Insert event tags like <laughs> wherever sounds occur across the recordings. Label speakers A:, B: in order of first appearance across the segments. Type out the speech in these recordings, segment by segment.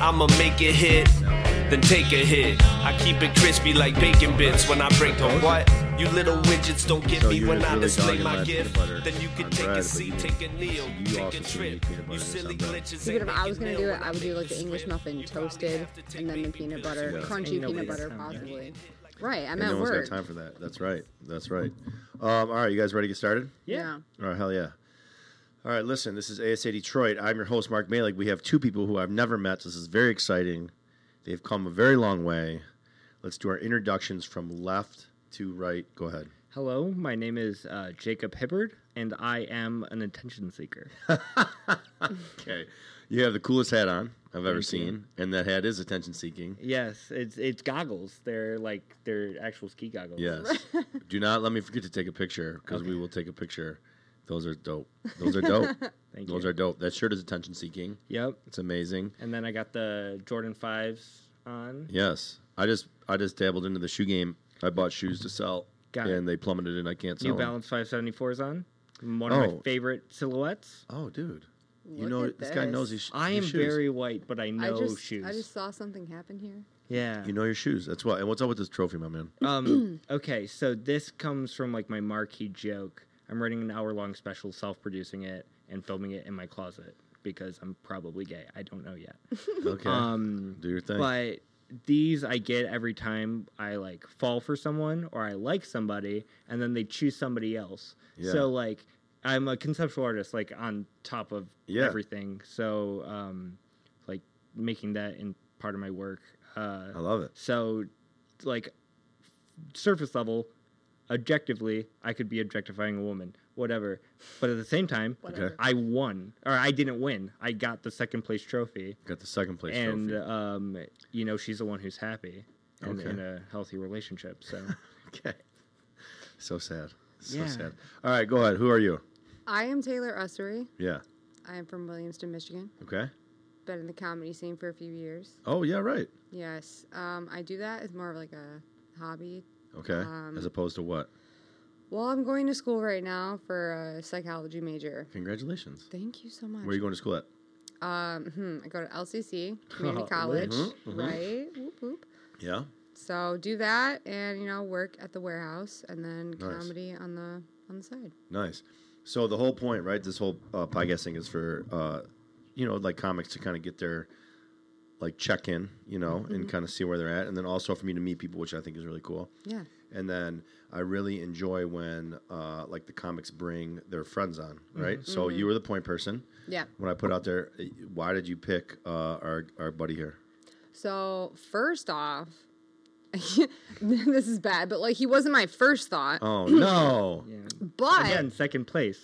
A: I'ma make it hit, then take a hit. I keep it crispy like bacon bits when I break them. What? You little widgets don't get
B: So
A: me
B: you're
A: when
B: just
A: I
B: really
A: display
B: dogging
A: my
B: about
A: gift.
B: peanut butter
A: Then you can
B: on
A: take
B: bread,
A: a
B: but
A: seat,
B: you-
A: take a kneel,
B: you
A: take
B: also
A: a
B: shouldn't
A: trip.
B: eat peanut butter
A: You
B: or
A: silly
B: something.
A: glitches
C: See, but
A: ain't
C: if I was
A: making
C: gonna do
A: it
C: it,
A: when
C: I would do
A: make
C: like the
A: this
C: English
A: trip.
C: muffin
A: You probably
C: toasted,
A: have to take
C: and then
A: baby
C: the peanut
A: pills.
C: butter,
B: Yeah.
C: crunchy
D: Ain't
C: peanut
D: nobody's
C: butter,
D: hungry.
C: possibly. Right, I'm
B: And
C: at
B: no one's
C: work.
B: got time for that. That's right. That's right. Um, all right, you guys ready to get started?
C: Yeah.
B: All right, hell yeah. All right, listen, this is ASA Detroit. I'm your host, Mark Malik. We have two people who I've never met. This is very exciting. They've come a very long way. Let's do our introductions from left to right. Go ahead.
D: Hello, my name is uh, Jacob Hibbard, and I am an attention seeker.
B: Okay. You have the coolest hat on I've ever
D: you.
B: seen, and that hat is attention seeking.
D: yes, it's it's goggles. They're like they're actual ski goggles.
B: Yes. do not let me forget to take a picture because we will take a picture. Those are dope. Those are dope.
D: Thank
B: Those
D: you.
B: are dope. That shirt is attention seeking.
D: Yep.
B: It's amazing.
D: And then I got the Jordan fives on.
B: Yes, I just I just dabbled into the shoe game. I bought shoes to sell,
D: Got it.
B: and they plummeted, and I can't sell.
D: New
B: 'em.
D: Balance five seventy fours on. One of
B: Oh.
D: my favorite silhouettes.
B: Oh, dude, you
C: Look
B: know
C: at
B: this guy knows his.
C: this.
B: sh-
D: I
B: his
D: am
B: shoes.
D: very white, but I
C: I
D: know
C: just,
D: shoes.
C: I just saw something happen here.
D: yeah.
B: You know your shoes. That's why. And what's up with this trophy, my
D: <laughs>
B: man?
D: Um, okay, so this comes from like my marquee joke. I'm writing an hour long special, self producing it, and filming it in my closet because I'm probably gay. I don't
B: <laughs>
D: know yet.
B: Okay,
D: Um,
B: do your thing.
D: but these I get every time I like fall for someone or I like somebody, and then they choose somebody else.
B: Yeah.
D: So like, I'm a conceptual artist, like on top of
B: Yeah.
D: everything. So um, like making that in part of my work. Uh,
B: I love it.
D: so, like, surface level, objectively, I could be objectifying a woman, whatever. But at the same time,
C: Whatever.
D: I won, or I didn't win. I got the second place trophy,
B: Got the second place
D: and
B: trophy.
D: um, you know, she's the one who's happy and
B: Okay.
D: in a healthy relationship.
C: <laughs>
D: So,
B: <laughs> Okay, so sad. So
D: Yeah.
B: sad. All right, go ahead. Who are you?
C: I am Taylor Ussery.
B: Yeah.
C: I am from Williamston, Michigan.
B: Okay.
C: Been in the comedy scene for a few years.
B: Oh yeah, right.
C: Yes, um, I do that as more of like a hobby.
B: Okay.
C: Um,
B: As opposed to what?
C: Well, I'm going to school right now for a psychology major.
B: Congratulations.
C: Thank you so much.
B: Where are you going to school at?
C: Um, hmm, I go to
B: <laughs>
C: LCC Community
D: Oh,
C: College,
B: mhm, mhm.
C: right? Whoop, whoop.
B: Yeah.
C: So do that, and you know, work at the warehouse, and then
B: Nice.
C: comedy on the on the side.
B: Nice. So the whole point, right? This whole uh, podcast thing is for, uh, you know, like comics to kind of get their, like check in, you know,
C: Mm-hmm.
B: and kind of see where they're at, and then also for me to meet people, which I think is really cool.
C: Yeah,
B: And then I really enjoy when, uh, like, the comics bring their friends on, right?
C: Mm-hmm.
B: So you were the point person
C: yeah.
B: when I put out there. uh, Why did you pick uh, our our buddy here?
C: So first off, <laughs> this is bad, but like he wasn't my first thought, <laughs>
B: Oh no!
D: yeah.
C: but
D: Again, second place.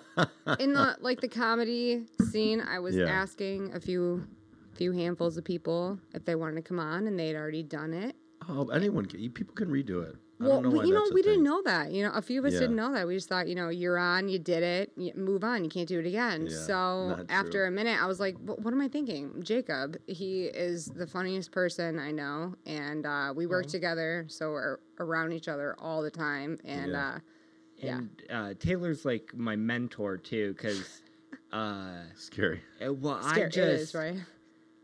C: <laughs> in the like the comedy scene, I was
B: Yeah.
C: asking a few few handfuls of people if they wanted to come on, and they'd already done it.
B: Oh, anyone can. you- People can redo it. I
C: well,
B: don't know
C: we-
B: why
C: you know,
B: that's a
C: we didn't
B: thing.
C: know that. You know, a few of us
B: Yeah.
C: didn't know that. We just thought, you know, you're on, you did it, y move on, you can't do it again.
B: Yeah,
C: so
B: not
C: after
B: true.
C: a minute, I was like, "Wh- what am I thinking? Jacob, he is the funniest person I know, and uh, we
D: Oh.
C: work together, so we're around each other all the time, and
B: Yeah.
C: uh, yeah.
D: And uh, Taylor's like my mentor too, because, uh,
B: Scary.
D: eh, well, I
C: scare
D: just
C: it is
D: <laughs>
C: right.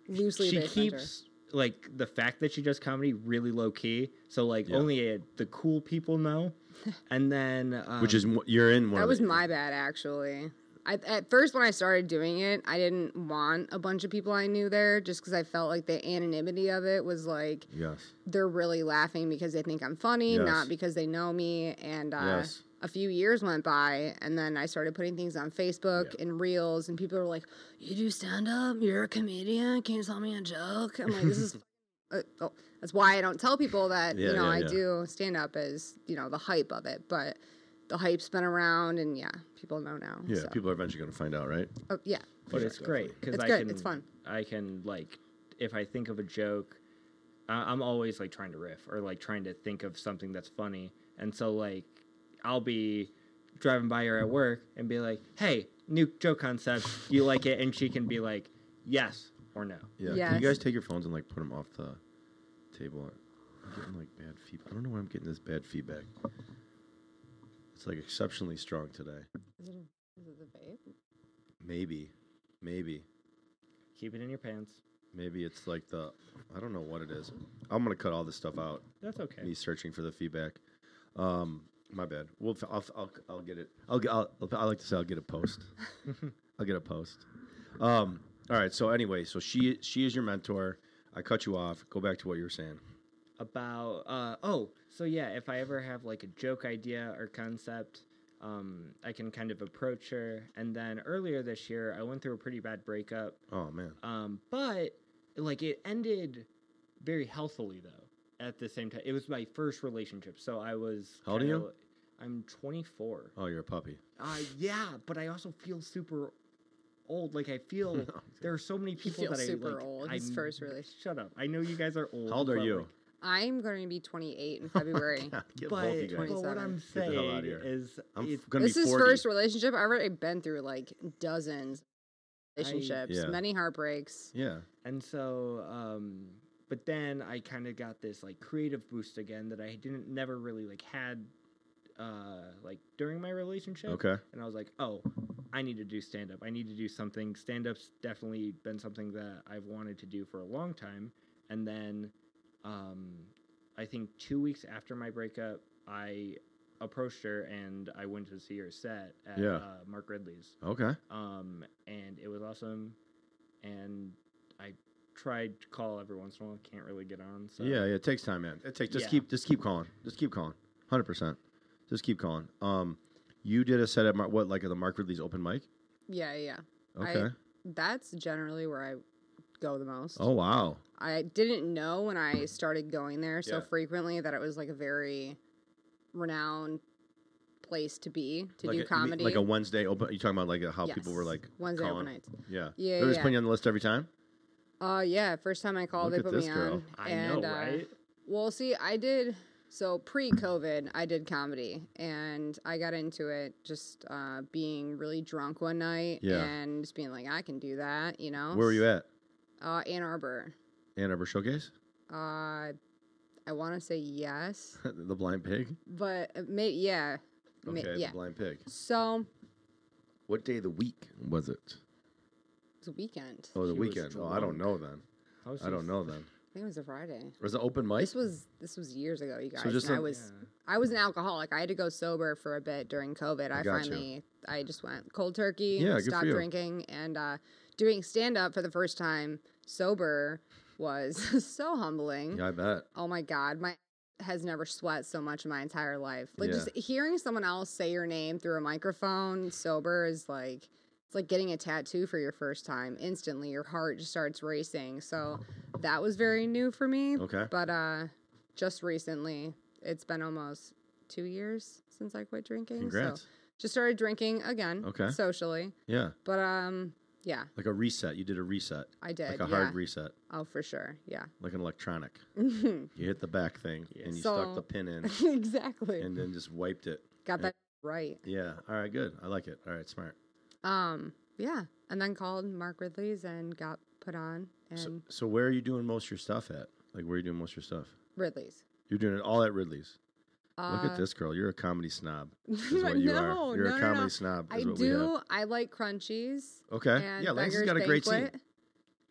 C: Loosely,
D: she
C: based on her.
D: keeps like the fact that she does comedy really low key, so like
B: Yeah.
D: only uh, the cool
C: <laughs>
D: people know. And then, um,
B: Which is mo- you're in one.
C: That
B: of
C: was
B: the-
C: my bad, actually. I, at first, when I started doing it, I didn't want a bunch of people I knew there just because I felt like the anonymity of it was like
B: Yes.
C: they're really laughing because they think I'm funny,
B: Yes.
C: not because they know me. And uh,
B: Yes.
C: a few years went by, and then I started putting things on Facebook
B: Yeah.
C: and Reels, and people were like, "You do stand up? You're a comedian? Can you tell me a joke?" I'm like,
B: <laughs>
C: "This is." Uh, oh, that's why I don't tell people that
B: Yeah,
C: you know
B: yeah,
C: I
B: yeah.
C: do stand up is you know the hype of it, but the hype's been around, and yeah, people know now.
B: Yeah,
C: so-
B: people are eventually going to find out, right?
C: oh, yeah,
D: but it's great because
C: It's
D: I
C: good,
D: can,
C: it's fun.
D: I can like, if I think of a joke, I- I'm always like trying to riff or like trying to think of something that's funny, and so like, I'll be driving by her at work and be like, "Hey, new joke concept, you like it?" And she can be like, "Yes" or "No."
B: Yeah. Can
C: Yes.
B: you guys take your phones and like put them off the table? I'm getting like bad feedback. I don't know why I'm getting this bad feedback. It's like exceptionally strong today. Maybe, maybe.
D: Keep it in your pants.
B: Maybe it's like the I don't know what it is. I'm gonna cut all this stuff out.
D: That's okay.
B: Me searching for the feedback. Um, my bad. We'll f- I'll, f- I'll, I'll get it. I'll, get- I'll I like to say I'll get a post. I'll get a post. Um, all right. So anyway, so she she is your mentor. I cut you off. Go back to what you were saying.
D: about uh oh so yeah if i ever have like a joke idea or concept um i can kind of approach her and then earlier this year i went through a pretty bad breakup
B: Oh man.
D: um but like it ended very healthily though at the same time it was my first relationship so i was
B: How old are you?
D: kinda- i'm 24
B: Oh, you're a puppy. <laughs>
D: uh yeah but i also feel super old like i
B: <laughs>
D: feel there are so many people
C: feel
D: that i
C: super
D: like
C: old,
D: i
C: his first relationship.
D: shut up i know you guys are old
B: How old are
D: but,
B: you?
D: like,
C: I'm going to be 28
B: <laughs> Oh
C: in February.
B: Get both of you
D: but,
B: guys.
D: but
C: 27.
D: what I'm
B: the hell
D: saying
B: outta here.
D: is,
B: I'm
D: it,
B: f- gonna
C: this
B: be
C: is
B: 40.
C: first relationship. I've already been through like dozens
D: I-
C: of relationships,
B: Yeah.
C: many heartbreaks.
B: Yeah.
D: and so, um, but then I kind of got this like creative boost again that I didn't never really like had, uh, like during my relationship.
B: Okay.
D: And I was like, oh, I need to do stand up. I need to do something. Stand up's definitely been something that I've wanted to do for a long time. And then, um, I think two weeks after my breakup, I approached her and I went to see her set at
B: Yeah.
D: uh, Mark Ridley's
B: Okay.
D: um, and it was awesome. And I tried to call every once in a while. Can't really get on. So
B: Yeah, yeah, it takes time, man. It takes just
D: Yeah.
B: keep just keep calling. Just keep calling. Hundred percent. Just keep calling. Um, you did a set at Mar- what like at the Mark Ridley's open mic.
C: Yeah, yeah. I-
B: Okay.
C: That's generally where I go the most.
B: oh wow.
C: I didn't know when I started going there so
B: Yeah.
C: frequently that it was like a very renowned place to be to
B: like
C: do
B: a, you mean-
C: comedy.
B: Like a Wednesday open. You talking about like how people were
C: Yes.
B: like
C: Wednesday
B: calling.
C: open nights.
B: Yeah.
C: Yeah,
B: They're just
C: yeah.
B: putting you on the list every time.
C: Uh, yeah. First time I
B: Look
C: called, they
B: at
C: put
B: this
C: me
B: girl.
C: on.
D: I
C: and,
D: know,
C: uh,
D: right?
C: Well, see, I did so pre-COVID, I did comedy, and I got into it just uh, being really drunk one night
B: Yeah.
C: and just being like, I can do that, you know.
B: Where were you at?
C: Uh, Ann Arbor.
B: Ann Arbor Showcase. <laughs>
C: Uh, I want to say yes,
B: the Blind Pig.
C: but uh, may- yeah, Ma-
B: Okay.
C: yeah.
B: The Blind Pig.
C: So
B: What day of the week was it?
C: it's a weekend.
B: Oh, the
D: She was
B: weekend. Oh, I don't
D: drunk.
B: know then.
D: How is
B: I don't
D: this-
B: know then.
C: I think it was a Friday.
B: Was it open mic?
C: This was this was years ago, you guys.
B: just
C: and I
B: a-
C: was I was an alcoholic. I had to go sober for a bit during COVID. I,
B: got you.
C: finally I just went cold turkey,
B: Yeah, good for
C: stopped
B: you.
C: drinking, and uh, doing stand up for the first time sober was <laughs> so humbling.
B: Yeah, I bet.
C: Oh my god, my has never sweat so much in my entire life. Like
B: Yeah.
C: just hearing someone else say your name through a microphone sober is like it's like getting a tattoo for your first time. Instantly your heart just starts racing. So that was very new for me.
B: Okay.
C: But uh just recently, it's been almost 2 years since I quit drinking.
B: Congrats.
C: So just started drinking again
B: Okay.
C: socially.
B: Yeah.
C: But um yeah,
B: Like a reset. You did a reset.
C: I did.
B: Like a
C: Uh, yeah.
B: hard reset.
C: oh, for sure. Yeah. <laughs>
B: Like an electronic. You hit the back thing and you stuck
C: So-
B: the pin in
C: exactly.
B: and then just wiped it.
C: Got that right.
B: Yeah. All right. Good. I like it. All right. Smart.
C: Um, yeah, and then called Mark Ridley's and got put on and
B: So, so where are you doing most of your stuff at? Like, where are you doing most of your stuff?
C: Ridley's.
B: You're doing it all at Ridley's.
C: Uh,
B: Look at this girl. You're a comedy
C: <laughs>
B: snob. Is what you
C: No,
B: are. You're
C: no,
B: a
C: no,
B: comedy
C: no.
B: snob.
C: I
B: Is what we have.
C: do. I like crunchies.
B: Okay.
C: And
B: yeah. Lance has
C: Beggar's
B: got a great team.
C: Banquet.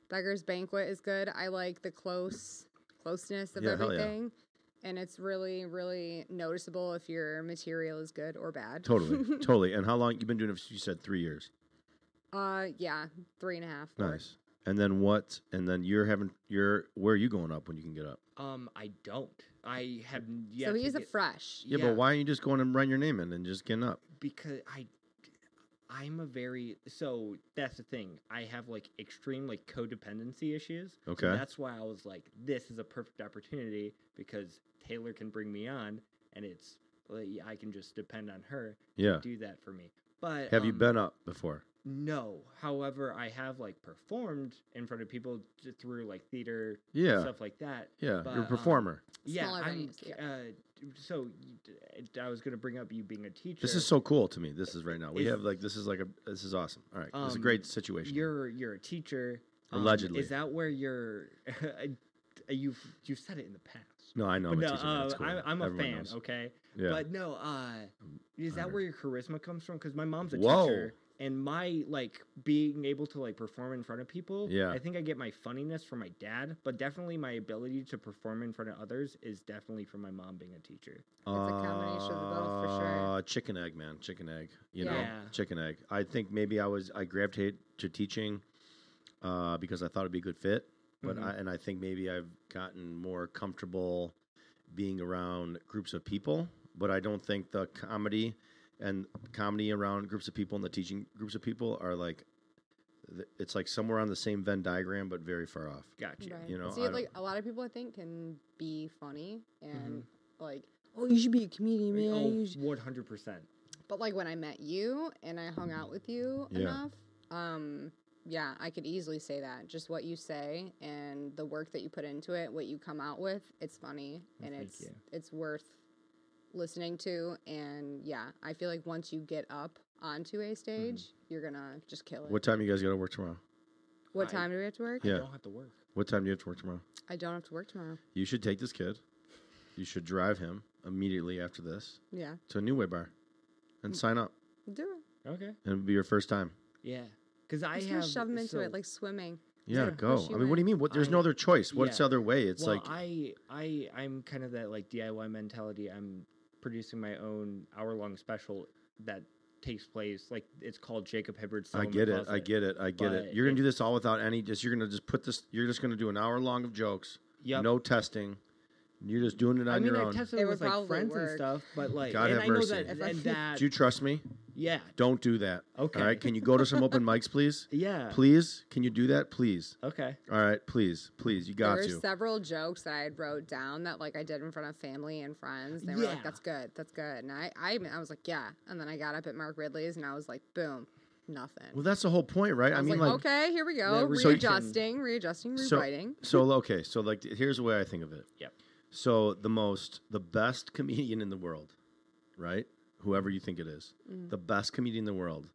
C: Beggar's Banquet is good. I like the close closeness of
B: Yeah, hell yeah.
C: everything. And it's really, really noticeable if your material is good or bad.
B: Totally.
C: <laughs>
B: totally. And how long you've been doing it? You said three years.
C: Uh, yeah, three and a half. four.
B: Nice. And then what? And then you're having you're where are you going up when you can get up?
D: Um, I don't. I have n- yet.
C: So
D: to
C: he's a
D: get-
C: fresh.
B: Yeah,
D: Yeah.
B: but why aren't you just going and writing your name in and just getting up?
D: because I. I'm a very so that's the thing. I have like extreme like codependency issues. So
B: Okay.
D: that's why I was like, this is a perfect opportunity because Taylor can bring me on, and it's like, I can just depend on her
B: Yeah.
D: do that for me. But
B: Have you
D: um,
B: been up before?
D: No. However, I have like performed in front of people j- through like theater
B: Yeah.
D: stuff like that.
B: yeah.
D: but,
B: you're a
D: um,
B: performer.
D: yeah,
C: Smaller
D: I'm.
C: venues, yeah.
D: Uh, d- so you d- I was gonna bring up you being a teacher.
B: This is so cool to me. This is right now. We
D: If-
B: have like this is like a this is awesome. All right, this is a
D: Um,
B: great situation.
D: You're you're a teacher. um,
B: Allegedly.
D: is that where you're? <laughs> uh, you've you've said it in the past.
B: no, I know.
D: but
B: I'm a
D: no,
B: teacher, man.
D: uh,
B: It's cool.
D: I, I'm a
B: Everyone
D: fan.
B: knows.
D: Okay,
B: Yeah.
D: but no. Uh, is that
B: honored.
D: where your charisma comes from? Because my mom's a
B: Whoa.
D: teacher, and my like being able to like perform in front of people
B: Yeah.
D: i think i get my funniness from my dad but definitely my ability to perform in front of others is definitely from my mom being a teacher
C: combination of the both, for sure.
B: Uh, Chicken egg, man, chicken egg. You know,
D: Yeah.
B: chicken egg. I think maybe I was I gravitated to teaching uh, because I thought it'd be a good fit, but
C: Mm-hmm.
B: I, and I think maybe I've gotten more comfortable being around groups of people, but I don't think the comedy and comedy around groups of people and the teaching groups of people are like th- it's like somewhere on the same Venn diagram, but very far off.
D: gotcha
C: Right.
B: you know, I
C: See,
B: don't-
C: like a lot of people, I think, can be funny and
B: Mm-hmm.
C: like, oh, you should be a comedian, man.
D: oh,
C: you should-"
D: 100%
C: But like when I met you and I hung out with you
B: Yeah.
C: enough, um, yeah, I could easily say that. Just what you say and the work that you put into it, what you come out with, it's funny and
D: thank
C: it's
D: you.
C: it's worth listening to. And yeah, I feel like once you get up onto a stage, you're gonna just kill it.
B: What
C: What,
B: time you guys got to work tomorrow?
D: I-
C: time do we have to work?
B: Yeah.
D: i don't have to work
B: What time do you have to work tomorrow?
C: I don't have to work tomorrow.
B: You should take this kid. You should drive him immediately after this
C: Yeah,
B: to a New Way bar and sign up.
C: do it.
D: okay
B: And it'll be your first time.
D: yeah because i
C: Just
D: have
C: gonna shove them into
D: so-
C: it like swimming.
B: Yeah,
D: Yeah,
B: go.
C: push
B: I
C: you
B: mean, what do you
C: in.
B: mean? What? There's no
D: I-
B: other choice. What's
D: yeah.
B: the other way? It's
D: well,
B: like,
D: I I I'm kind of that like DIY mentality. I'm producing my own hour long special that takes place like it's called Jacob Hibbard's. Cell
B: I
D: in the
B: get it. I
D: Closet.
B: get it. I get it.
D: But
B: You're gonna do
D: it-
B: this all without any. Just you're gonna just put this. You're just gonna do an hour long of jokes.
D: Yep.
B: No testing. You're just doing it on
D: I mean,
B: your
D: I
B: own.
D: tested
C: It
D: it
C: would
D: with like
C: probably
D: friends and
C: work.
D: stuff, but like,
B: God
D: and
B: have
D: I
B: mercy.
D: know that,
C: If I
D: and
C: could-
D: that,
B: do you trust me?
D: yeah,
B: Don't do that.
D: Okay.
B: All right. Can you go to some
D: <laughs>
B: open mics, please?
D: yeah,
B: Please. Can you do that, please?
D: okay,
B: All right. Please. Please. You got
C: there were
B: to.
C: several jokes that I had wrote down that like I did in front of family and friends. And they were
D: Yeah.
C: like, "That's good, that's good," and I, I, even- I was like, "Yeah." And then I got up at Mark Ridley's and I was like, "Boom, nothing."
B: Well, that's the whole point, right?
C: I,
B: I,
C: was
B: mean,
C: like,
B: like
C: "Okay, here we go,
D: that reaction-
C: readjusting, readjusting, rewriting."
B: So, so okay, so like here's the way I think of it.
D: Yep.
B: So the most, the best comedian in the world, right? Whoever you think it is, the best comedian in the world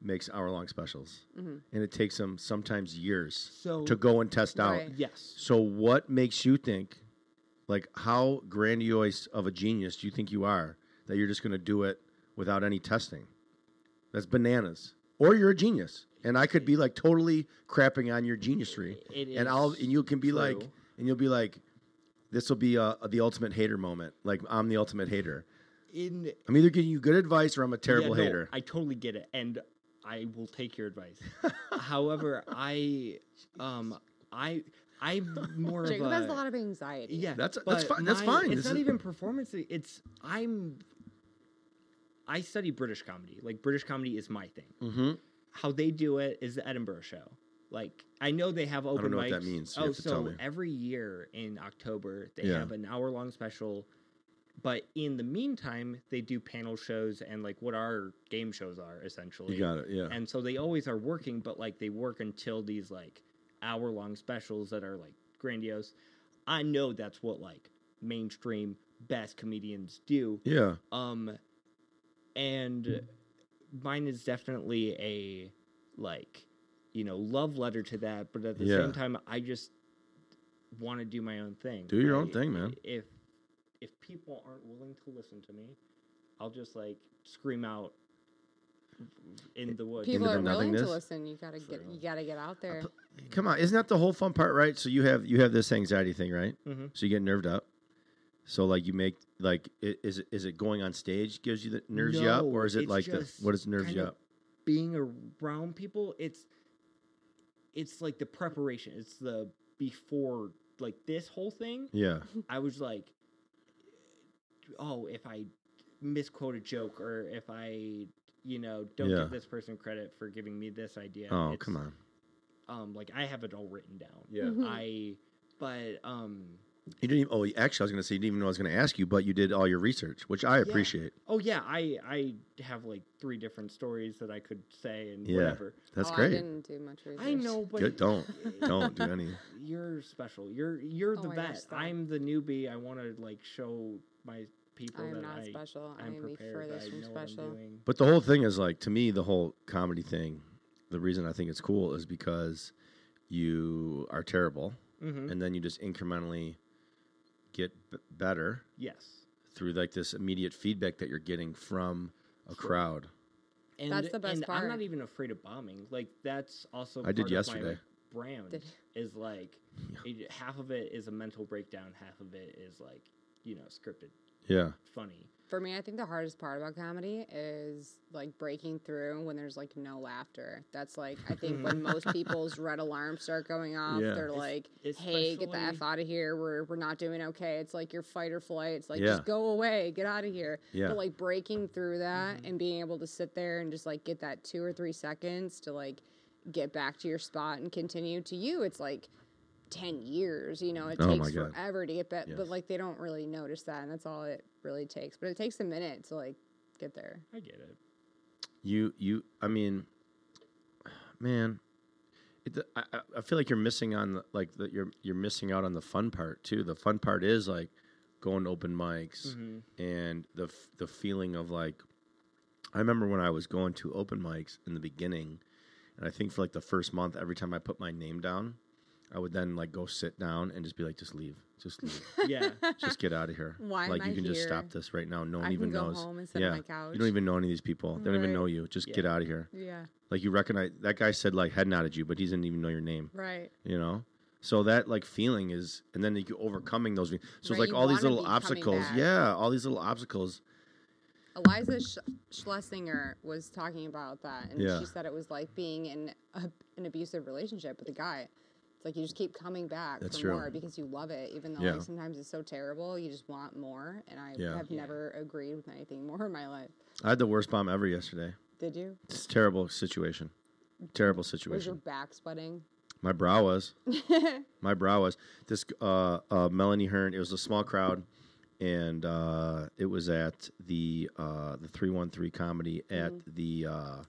B: makes hour long specials, and it takes them sometimes years
D: So-
B: to go and test out.
C: Right.
D: yes,
B: So what makes you think, like, how grandiose of a genius do you think you are that you're just going to do it without any testing? That's bananas. Or you're a genius, and I could be like totally crapping on your geniusry,
D: It
B: and I'll
D: is
B: and you can be like,
D: true.
B: and you'll be like, this will be uh, the ultimate hater moment. Like I'm the ultimate hater.
D: in
B: I'm either giving you good advice or I'm a terrible
D: Yeah, no,
B: hater.
D: I totally get it, and I will take your advice. However, I, um, I, I'm more
C: Jacob
D: of a,
C: has a lot of anxiety.
D: yeah.
B: That's- that's
D: but
B: fi- that's fine.
D: It's
B: This
D: not
B: is-
D: even performance. It's I'm. I study British comedy. Like British comedy is my thing.
B: mm-hmm.
D: How they do it is the Edinburgh show. Like I know they have open
B: know
D: mics.
B: what that means. You
D: oh,
B: have to
D: so
B: tell me.
D: every year in October they
B: Yeah.
D: have an hour long special. But in the meantime, they do panel shows and like what our game shows are essentially.
B: You got it. Yeah.
D: And so they always are working, but like they work until these like hour long specials that are like grandiose. I know that's what like mainstream best comedians do.
B: yeah.
D: Um and mine is definitely a like, you know, love letter to that, but at the
B: Yeah.
D: same time I just want to do my own thing.
B: Do your
D: I-
B: own thing, man.
D: If if people aren't willing to listen to me, I'll just like scream out in the woods.
C: People
B: Into the
C: are willing to
B: nothingness?
C: listen. You gotta get, you gotta get out there.
B: Come on, isn't that the whole fun part, right? So you have you have this anxiety thing, right?
D: Mhm.
B: So you get nerved up. So like you make like i- is it, is it going on stage gives you the nerves you up,
D: No,
B: or is it
D: it's
B: like the,
D: just
B: what is nerves
D: kind
B: you
D: of
B: up?
D: being around people it's it's like the preparation it's the before like this whole thing
B: Yeah,
D: i was like oh if i misquote a joke or if i you know don't
B: Yeah.
D: give this person credit for giving me this idea
B: Oh
D: it's-
B: come on.
D: um like i have it all written down
B: Yeah.
C: Mhm.
D: i but um
B: You didn't. Even, oh, actually, I was going to say you didn't even know I was going to ask you, but you did all your research, which I appreciate.
D: oh yeah i i have like three different stories that i could say and
B: Yeah.
D: whatever
B: That's
C: oh, I
B: great.
C: didn't do much research.
D: i know but
B: Good, don't
D: <laughs>
B: don't do any.
D: you're special. You're you're
C: Oh
D: the
C: my gosh,
D: best.
C: stop.
D: I'm the newbie. I want to like show my people
C: I am
D: that
C: not
D: I,
C: special. I
D: I'm
C: am the
D: prepared.
C: furthest
D: that I
C: from
D: know what I'm
C: special.
D: doing.
B: But the whole thing is like to me, the whole comedy thing. The reason I think it's cool is because you are terrible,
C: Mm-hmm.
D: Mhm.
B: and then you just incrementally get b- better
D: Yes,
B: through like this immediate feedback that you're getting from a crowd.
D: And,
C: That's the best
D: and I'm
C: part.
D: not even afraid of bombing. Like that's also
B: I did
D: part of my,
B: yesterday.
D: like, brand
C: Did-
D: is like it- half of it is a mental breakdown, half of it is like you know scripted
B: Yeah.
D: funny.
C: For me, I think the hardest part about comedy is like breaking through when there's like no laughter. That's like I think
B: <laughs>
C: when most people's red alarms start going off,
B: Yeah.
C: they're
B: Es-
C: like, "Hey, get the f
D: especially-
C: out of here. We're we're not doing okay." It's like your fight or flight. It's like
B: Yeah.
C: just go away, get out of here.
B: Yeah. Mm-hmm.
C: But like breaking through that and being able to sit there and just like get that two or three seconds to like get back to your spot and continue. To you, it's like. 10 years you know it
B: Oh my
C: takes
B: God.
C: forever to get back
B: Yes.
C: but like they don't really notice that and that's all it really takes but it takes a minute to like get there
D: I get it.
B: You you I mean, man, it, I I- I feel like you're missing on the, like the, you're you're missing out on the fun part too. The fun part is like going to open
C: Mm-hmm.
B: mics
D: Mm-hmm.
B: and the f- the feeling of like I remember when I was going to open mics in the beginning, and I think for like the first month, every time I put my name down, I would then like go sit down and just be like, just leave, just
C: <laughs>
B: leave.
D: Yeah,
B: just get out of here.
C: Why am
B: Like you
C: I
B: can just stop
C: here?
B: this right now. No one
C: I can
B: even
C: go
B: knows.
C: home and sit on my couch.
B: You don't even know any of these people. They don't even
C: Right.
B: know you. Just get
D: Yeah.
B: out of here.
C: yeah
B: Like you recognize that guy said like head nodded you, but he didn't even know your name.
C: right
B: You know. So that like feeling is, and then you overcoming those. So it's
C: Right,
B: like
C: you
B: all these
C: wanna
B: little
C: be coming
B: obstacles.
C: back.
B: Yeah, all these little obstacles.
C: eliza Sch- schlesinger was talking about that and
B: Yeah.
C: she said it was like being in a, an abusive relationship with a guy it's like you just keep coming back
B: That's
C: for
B: true.
C: more because you love it even though
B: Yeah.
C: like sometimes it's so terrible you just want more and i
B: Yeah.
C: have never agreed with anything <laughs> more in my life
B: I had the worst bomb ever yesterday.
C: did you
B: It's a terrible situation. Terrible
C: was your
B: situation.
C: back sweating
B: My brow
C: <laughs>
B: was. my brow was. This uh, uh, Melanie Hearn. It was a small crowd, and uh, it was at the uh, the three one three comedy at
C: Mm-hmm.
B: the uh,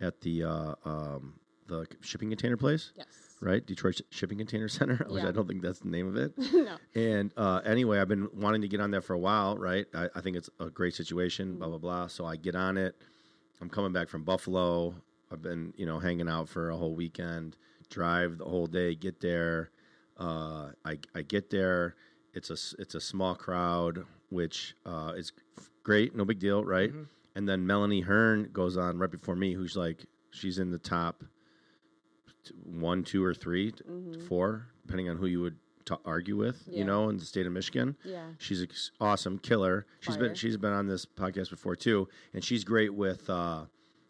B: at the uh, um, the shipping container place,
C: yes
B: right? Detroit Shipping Container Center. <laughs> Which I
C: Yeah.
B: don't think that's the name of it.
C: <laughs> no
B: And uh, anyway, I've been wanting to get on there for a while, right? I, I think it's a great situation, blah, blah, blah. So I get on it. I'm coming back from Buffalo. I've been, you know, hanging out for a whole weekend, drive the whole day, get there. Uh, I, I get there. It's a, s- it's a small crowd, which uh, is great, no big deal, right? And then Melanie Hearn goes on right before me, who's like, she's in the top t- one, two, or 3 t- four, depending on who you would ta argue with, you
C: Mm-hmm. Yeah.
B: know, in the state of Michigan.
C: yeah
B: She's an awesome killer. She's been
C: Fire.
B: she's been on this podcast before too, and she's great with. uh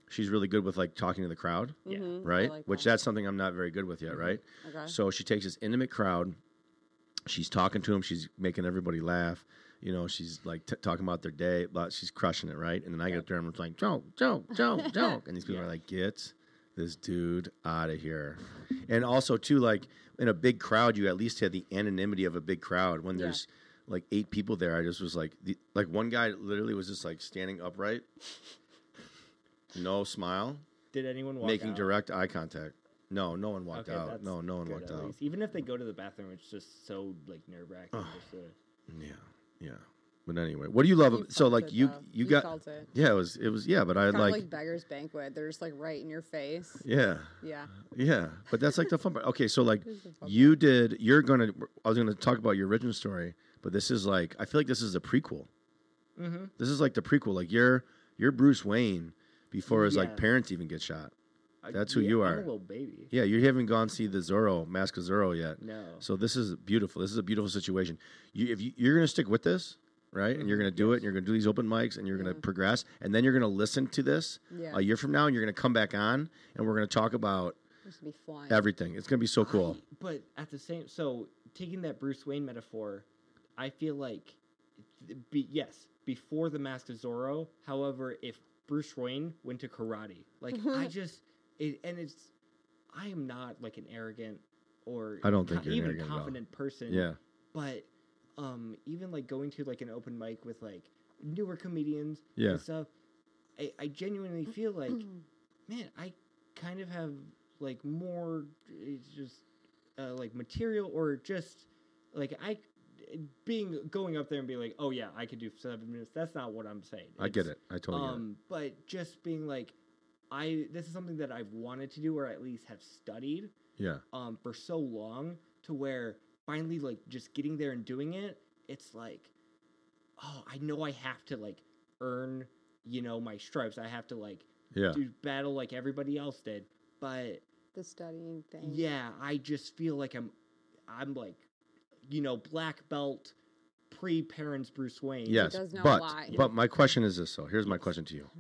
B: She's really good with like talking to the crowd,
D: yeah.
C: Mhm. I
B: right?
C: like
B: Which
C: that. Mm-hmm.
B: that's something I'm not very good with yet, right?
C: Okay.
B: So she takes this intimate crowd. She's talking to them. She's making everybody laugh. You know, she's like t- talking about their day, but she's crushing it, right? And then I get up there and I'm just like, joke, joke, joke, joke. And these people are like, get this dude out of here. And also, too, like in a big crowd, you at least had the anonymity of a big crowd. When
C: Yeah.
B: there's like eight people there, I just was like, the, like one guy literally was just like standing upright, no smile,
D: Did anyone walk
B: making
D: out?
B: direct eye contact. No, no one walked
D: Okay,
B: out.
D: that's
B: No, no one
D: good
B: walked
D: at
B: out.
D: least. Even if they go to the bathroom, it's just so like nerve wracking.
B: Yeah, yeah. But anyway, what do you love?
C: You
B: ab- so
C: felt
B: like
C: it,
B: you
C: though.
B: you
C: You
B: got
C: felt it.
B: yeah it was it was yeah but I
C: kind
B: like,
C: of like beggars banquet they're just like right in your face
B: yeah
C: yeah
B: yeah but that's like the fun part. Okay, so like
C: is the fun
B: you did you're gonna I was gonna talk about your original story, but this is like I feel like this is a prequel.
D: Mm-hmm.
B: This is like the prequel. Like you're you're Bruce Wayne before his like
D: Yeah.
B: parents even get shot. That's who you
D: I'm
B: are.
D: a little baby.
B: Yeah, you haven't gone see the Zorro Mask of Zorro yet.
D: No.
B: So this is beautiful. This is a beautiful situation. You, if you, you're going to stick with this, right, and you're going to do it, and you're going to do these open mics, and you're
D: Mm-hmm.
B: going to progress, and then you're going to listen to this
C: Yeah.
B: a year from now, and you're going to come back on, and we're going to talk about
C: Just be flying.
B: everything. It's going to be
D: <sighs>
B: so
D: <laughs>
B: cool.
D: But at the same, so taking that Bruce Wayne metaphor, I feel like, th- be, yes, before the Mask of Zorro. However, if Bruce Wayne went to karate, like I just, it, and it's, I am not like an arrogant or
B: I don't think
D: co-
B: you're an
D: even
B: arrogant at all.
D: confident person.
B: yeah,
D: but um even like going to like an open mic with like newer comedians
B: Yeah.
D: and stuff I, I genuinely feel like man i kind of have like more it's just uh, like material or just like i being going up there and being like oh yeah i could do seven minutes that's not what i'm saying
B: I get
D: It's-
B: it. I totally get it.
D: um, but just being like i this is something that i've wanted to do or at least have studied
B: Yeah,
D: um, for so long to where finally like just getting there and doing it it's like oh i know i have to like earn you know my stripes i have to like
B: Yeah.
D: do battle like everybody else did. But
C: The studying thing.
D: yeah, I just feel like I'm, I'm like, you know, black belt, pre parents Bruce Wayne.
B: Yes,
C: does not
B: but
C: lie.
B: but my question is this: though. here's my question to you.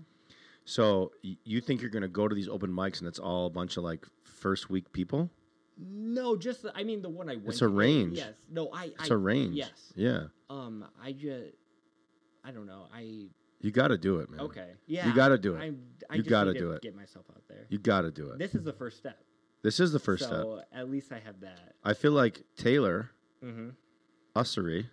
B: So y- you think you're going to go to these open mics and it's all a bunch of like first week people?
D: No, just the, I mean the one I went.
B: It's
D: to,
B: a range.
D: Yes. No, I.
B: It's
D: I,
B: a range.
D: Yes.
B: Yeah.
D: Um, I just, I don't know. I
B: You got to do it, man.
D: okay. Yeah.
B: gotta do it.
D: I, I
B: You
D: just
B: gotta
D: need
B: do
D: to
B: it.
D: Get myself out there.
B: You got to do it. This,
D: This is the first step.
B: is the first step.
D: so uh, At least I have that.
B: I feel like Taylor
D: Mm-hmm.
B: Ussery,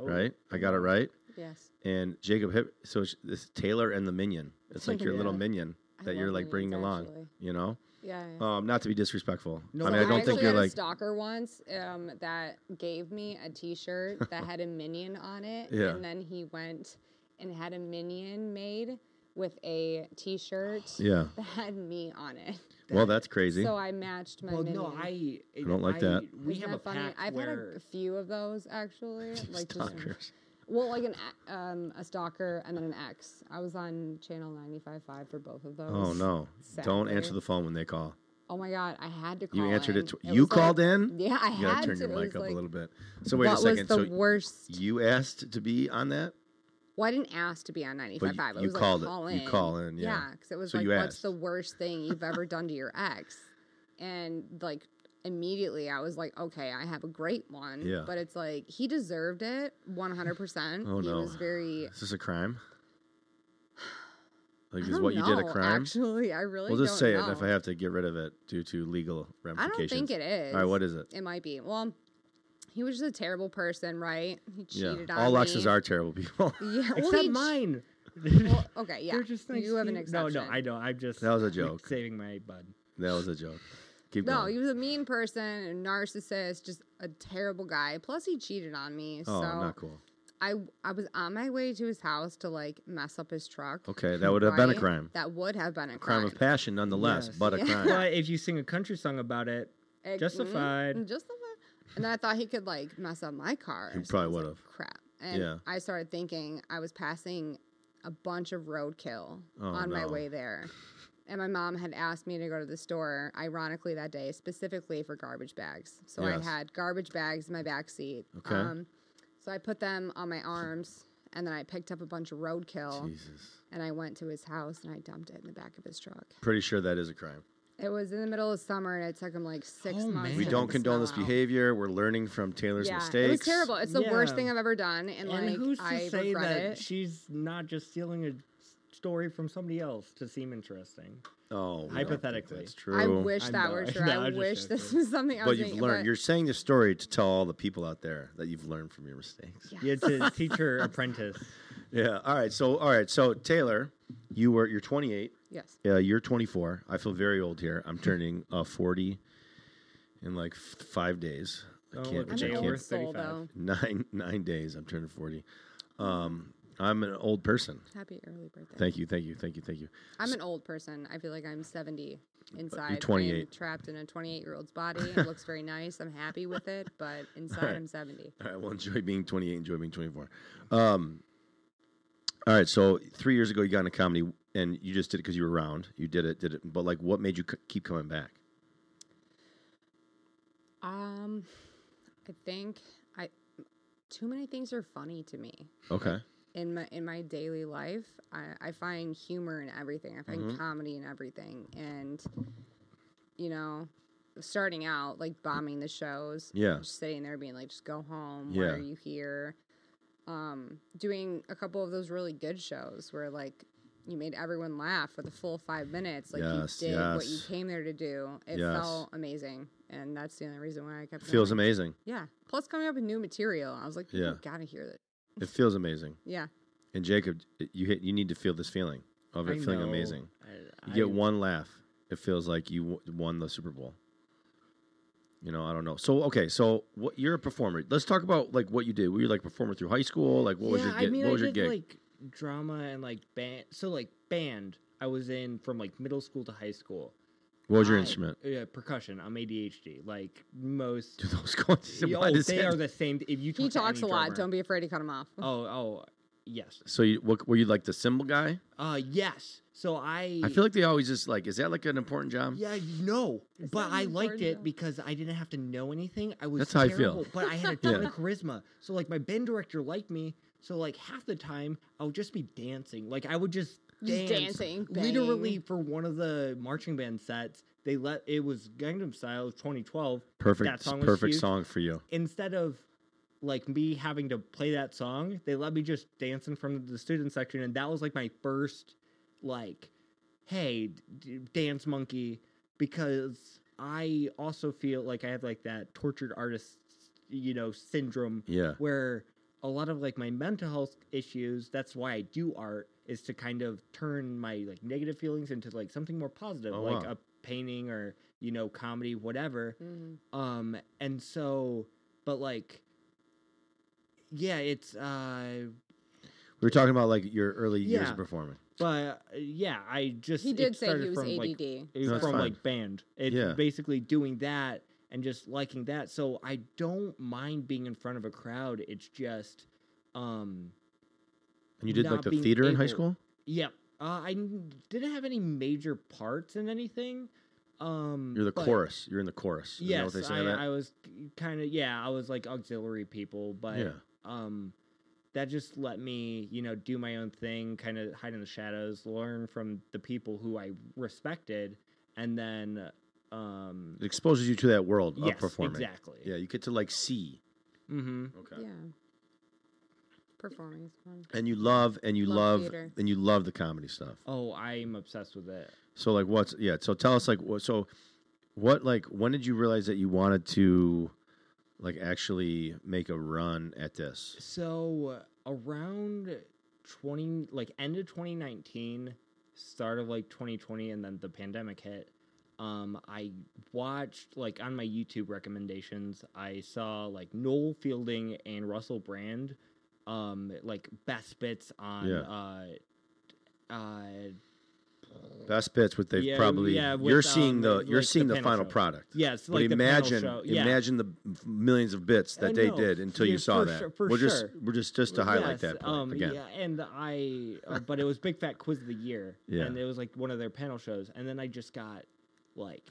D: Oh,
B: right? I got it right.
C: Yes.
B: And Jacob Hip. So it's this Taylor and the Minion. It's like your little
C: Yeah.
B: minion
C: I
B: that
C: love
B: you're like
C: minions,
B: bringing along.
C: actually.
B: You know,
C: Yeah. yeah.
B: um, not to be disrespectful.
D: No,
B: I
D: no,
B: mean, I
D: I
B: don't
C: actually
B: think you're
C: had a
B: like.
C: stalker once um, that gave me a T-shirt that had a minion on it,
B: <laughs> Yeah.
C: and then he went and had a minion made with a T-shirt
B: Yeah.
C: that had me on it.
B: Well, that's crazy.
C: So I matched my
D: Well,
C: minion.
D: no, I.
B: I don't like that.
D: We
C: Isn't
D: have
C: that
D: a pact
C: I've
D: where
C: had a few of those
B: <laughs>
C: actually, like just
B: Stalkers.
C: well, like an a- um, a stalker and then an ex. I was on channel 95.5 for both of those.
B: Oh no! Don't answer
C: Sadly.
B: the phone when they call.
C: Oh my god, I had to call.
B: You answered it.
C: in.
B: Tw- you
C: was like-
B: called in.
C: Yeah, I
B: You gotta
C: had
B: turn
C: to.
B: your
C: It
B: mic
C: was
B: up
C: like,
B: a little bit. So wait a
C: what
B: second.
C: was
B: So
C: the worst?
B: you asked to be on that?
C: Well, I didn't ask to be on 95.5. I
B: you
C: was
B: called it.
C: like, call
B: You
C: in.
B: call in, yeah.
C: because it was
B: So
C: like,
B: you
C: what's
B: asked.
C: the worst thing you've ever done to your ex? And like immediately I was like, okay, I have a great one.
B: Yeah.
C: But it's like, he deserved it 100%.
B: Oh,
C: he
B: no.
C: was very.
B: Is this a crime? Like
C: I
B: is
C: don't
B: what you did a
C: know,
B: crime?
C: Actually, I really
B: we'll just
C: don't
B: say
C: know.
B: it if I have to get rid of it due to legal
C: I
B: ramifications.
C: don't think it is.
B: All right, what is it?
C: It might be. Well, he was just a terrible person, right? He cheated
B: yeah,
C: on
B: all
C: me.
B: Luxes are terrible people. <laughs>
C: Yeah, <laughs> well,
D: except
C: he ch-
D: mine.
C: <laughs> Well, okay, yeah.
D: <laughs> They're just nice.
C: you have an
D: people.
C: exception.
D: No, no, I know. I'm just
B: That was a joke.
D: Saving my bud.
B: that was a joke. Keep
C: No,
B: going.
C: he was a mean person, a narcissist, just a terrible guy. Plus, he cheated on me.
B: oh,
C: so
B: not cool.
C: I I was on my way to his house to like mess up his truck.
B: Okay, that would have been a
C: right?
B: crime.
C: That would have been a crime.
B: Crime of passion, nonetheless,
D: Yes.
B: but a
C: Yeah.
B: crime.
D: But if you sing a country song about it,
C: Ex-
D: justified.
C: mm-hmm, mm, justified. And then I thought he could like mess up my car.
B: He
C: so I
B: probably
C: was
B: would
C: like,
B: have.
C: Crap. And
B: Yeah.
C: I started thinking I was passing a bunch of roadkill
B: Oh,
C: on my
B: no.
C: way there. And my mom had asked me to go to the store, ironically that day, specifically for garbage bags. So I
B: Yes.
C: had garbage bags in my back seat. Um,
B: Okay.
C: so I put them on my arms, and then I picked up a bunch of <laughs>
D: <laughs>
C: roadkill,
B: Jesus.
C: and I went to his house and I dumped it in the back of his truck.
B: Pretty sure that is a crime.
C: It was in the middle of summer, and it took him like six
D: Oh,
C: months.
D: man.
C: to
B: We
D: Yeah,
C: get
B: don't
C: the
B: condone this
C: smell out.
B: behavior. We're learning from Taylor's
C: yeah,
B: mistakes.
C: It was terrible. It's the worst
D: Yeah.
C: thing I've ever done, and,
D: and
C: like
D: who's to
C: I
D: say
C: regret
D: that
C: it.
D: she's not just stealing a s- story from somebody else to
C: <laughs>
D: seem interesting?
B: Oh, we don't think
D: Hypothetically.
B: that's true.
C: I wish
D: I'm
C: that were
D: <laughs> not-
C: true.
D: no,
C: I
D: I'm just
C: wish this
D: joking.
C: was something. I
B: but
C: was
B: you've
C: thinking,
B: learned.
C: but-
B: You're saying this story to tell all the people out there that you've learned from your mistakes.
C: Yes.
D: You had to teach her apprentice.
B: Yeah. All right. So, all right. So, Taylor, you were you're 28.
C: Yes.
B: Uh, you're 24. I feel very old here.
D: <laughs>
B: I'm turning uh, 40 in like f- five days. I
D: Oh,
B: can't.
D: look
B: Which
D: at
B: I
C: I'm
D: you.
C: an
D: We're
C: old
B: can't.
C: soul,
D: 35.
C: though.
B: Nine nine days. I'm turning 40. Um, I'm an old person.
C: Happy early birthday.
B: Thank you. Thank you. Thank you. Thank you.
C: I'm an old person. I feel like I'm 70 inside. I am
B: 28.
C: trapped in a 28 year old's body.
B: <laughs>
C: It looks very nice. I'm happy with it, but inside
B: right.
C: I'm 70.
B: All right. Well, enjoy being 28. Enjoy being 24. Um, all right. So three years ago, you got into comedy, and you just did it because you were around. You did it. Did it. But like, what made you c- keep coming back?
C: Um, I think I too many things are funny to me.
B: Okay.
C: in my in my daily life i, I find humor in everything i find
B: Mm-hmm.
C: comedy in everything and you know starting out like bombing the shows
B: Yeah.
C: just sitting there being like just go home
B: Yeah.
C: why are you here um doing a couple of those really good shows where like you made everyone laugh for the full five minutes like
B: Yes,
C: you did what you
B: yes.
C: came there to do it
B: Yes.
C: felt amazing and that's the only reason why i kept
B: Feels
C: going.
B: amazing.
C: yeah plus coming up with new material i was like
B: Yeah.
C: you gotta hear that
B: It feels amazing.
C: yeah
B: And Jacob, you hit. You need to feel this feeling of it
D: I
B: feeling
D: know.
B: amazing.
D: I-
B: You
D: I-
B: get one laugh. It feels like you w- won the Super Bowl. You know, I don't know. So okay, so what you're a performer. Let's talk about like what you did. Were you like performer through high school? Like what was
D: yeah,
B: your gig?
D: I mean,
B: what was
D: I
B: your
D: did
B: gig?
D: like drama and like band. So like band, I was in from like middle school to high school.
B: what was your
D: I-
B: instrument? <laughs>
D: Yeah, percussion. I'm ADHD. Like most.
B: Do those coins?
D: Yeah,
B: <laughs> why
D: oh,
B: does
D: they
B: that-
D: are the same. If you talk
C: He
D: to
C: talks a
D: any
C: lot.
D: drummer-
C: Don't be afraid to cut him off.
D: Oh, oh, Yes.
B: So you, what, were you like the symbol guy?
D: Uh, yes. So I.
B: I feel like they always just like, is that like an important job?
D: Yeah, no,
C: It's
D: but
C: not
D: I
C: even
D: liked
C: Georgia.
D: it because I didn't have to know anything. I was
B: That's how I feel.
D: terrible, But I had
B: <laughs>
D: a ton
B: Yeah.
D: of charisma, so like my band director liked me. So like half the time I would just be dancing. Like I would just,
C: Just
D: dance.
C: dancing,
D: Literally
C: banging.
D: for one of the marching band sets, they let it was Gangnam Style 2012.
B: Perfect.
D: That song was
B: perfect
D: huge.
B: song for you.
D: Instead of like me having to play that song, they let me just dance in front of the student section, and that was like my first like hey d- dance monkey because i also feel like i have like that tortured artist you know syndrome
B: Yeah.
D: where a lot of like my mental health issues that's why i do art is to kind of turn my like negative feelings into like something more positive
B: Oh,
D: like
B: wow.
D: a painting or you know comedy whatever
C: Mhm.
D: um and so but like yeah it's uh
B: We were talking about like your early years
D: Yeah.
B: of performing.
D: but uh, yeah i just
C: He
D: it
C: did say
D: started
C: he was
D: from, like,
C: ADD.
D: it was
B: That's
D: from
B: fine.
D: like band. It's
B: Yeah.
D: basically doing that and just liking that. So I don't mind being in front of a crowd. It's just, um,
B: And you did like
D: Not
B: the
D: being
B: theater in high
D: able-
B: school?
D: yeah. Uh, I n- didn't have any major parts in anything. Um,
B: You're the
D: but-
B: chorus. You're in the chorus. You know
D: Yes,
B: what they say
D: I,
B: that?
D: I was kind of yeah. I was like auxiliary people, but
B: Yeah.
D: um, that just let me you know do my own thing, kind of hide in the shadows, learn from the people who I respected, and then um,
B: it exposes you to that world
D: yes,
B: of performing.
D: exactly.
B: Yeah, you get to like see.
D: Mm-hmm.
B: Okay.
C: Yeah. Performing is fun.
B: And you love and you love,
C: Love theater.
B: and you love the comedy stuff.
D: Oh, I'm obsessed with it.
B: So like what's yeah, so tell us like what so what like when did you realize that you wanted to like actually make a run at this?
D: So uh, around twenty, like end of 2019, start of like 2020, and then the pandemic hit. Um, I watched like on my YouTube recommendations, I saw like Noel Fielding and Russell Brand, um, like best bits on uh, uh,
B: Best bits what they've
D: Yeah,
B: probably
D: yeah,
B: you're
D: with,
B: seeing
D: um,
B: the you're
D: like the
B: seeing the,
D: panel
B: final
D: show.
B: product.
D: yes,
B: But
D: like the panel
B: imagine
D: show. Yeah.
B: imagine the millions of bits that
D: I
B: they
D: know.
B: did until
D: Yeah,
B: you saw
D: for
B: that.
D: sure- for
B: we're just
D: sure.
B: we're just just to highlight
D: Yes,
B: that point
D: um,
B: again.
D: Yeah, and I, uh, but it was Big Fat Quiz of the Year,
B: Yeah.
D: and it was like one of their panel shows, and then I just got like,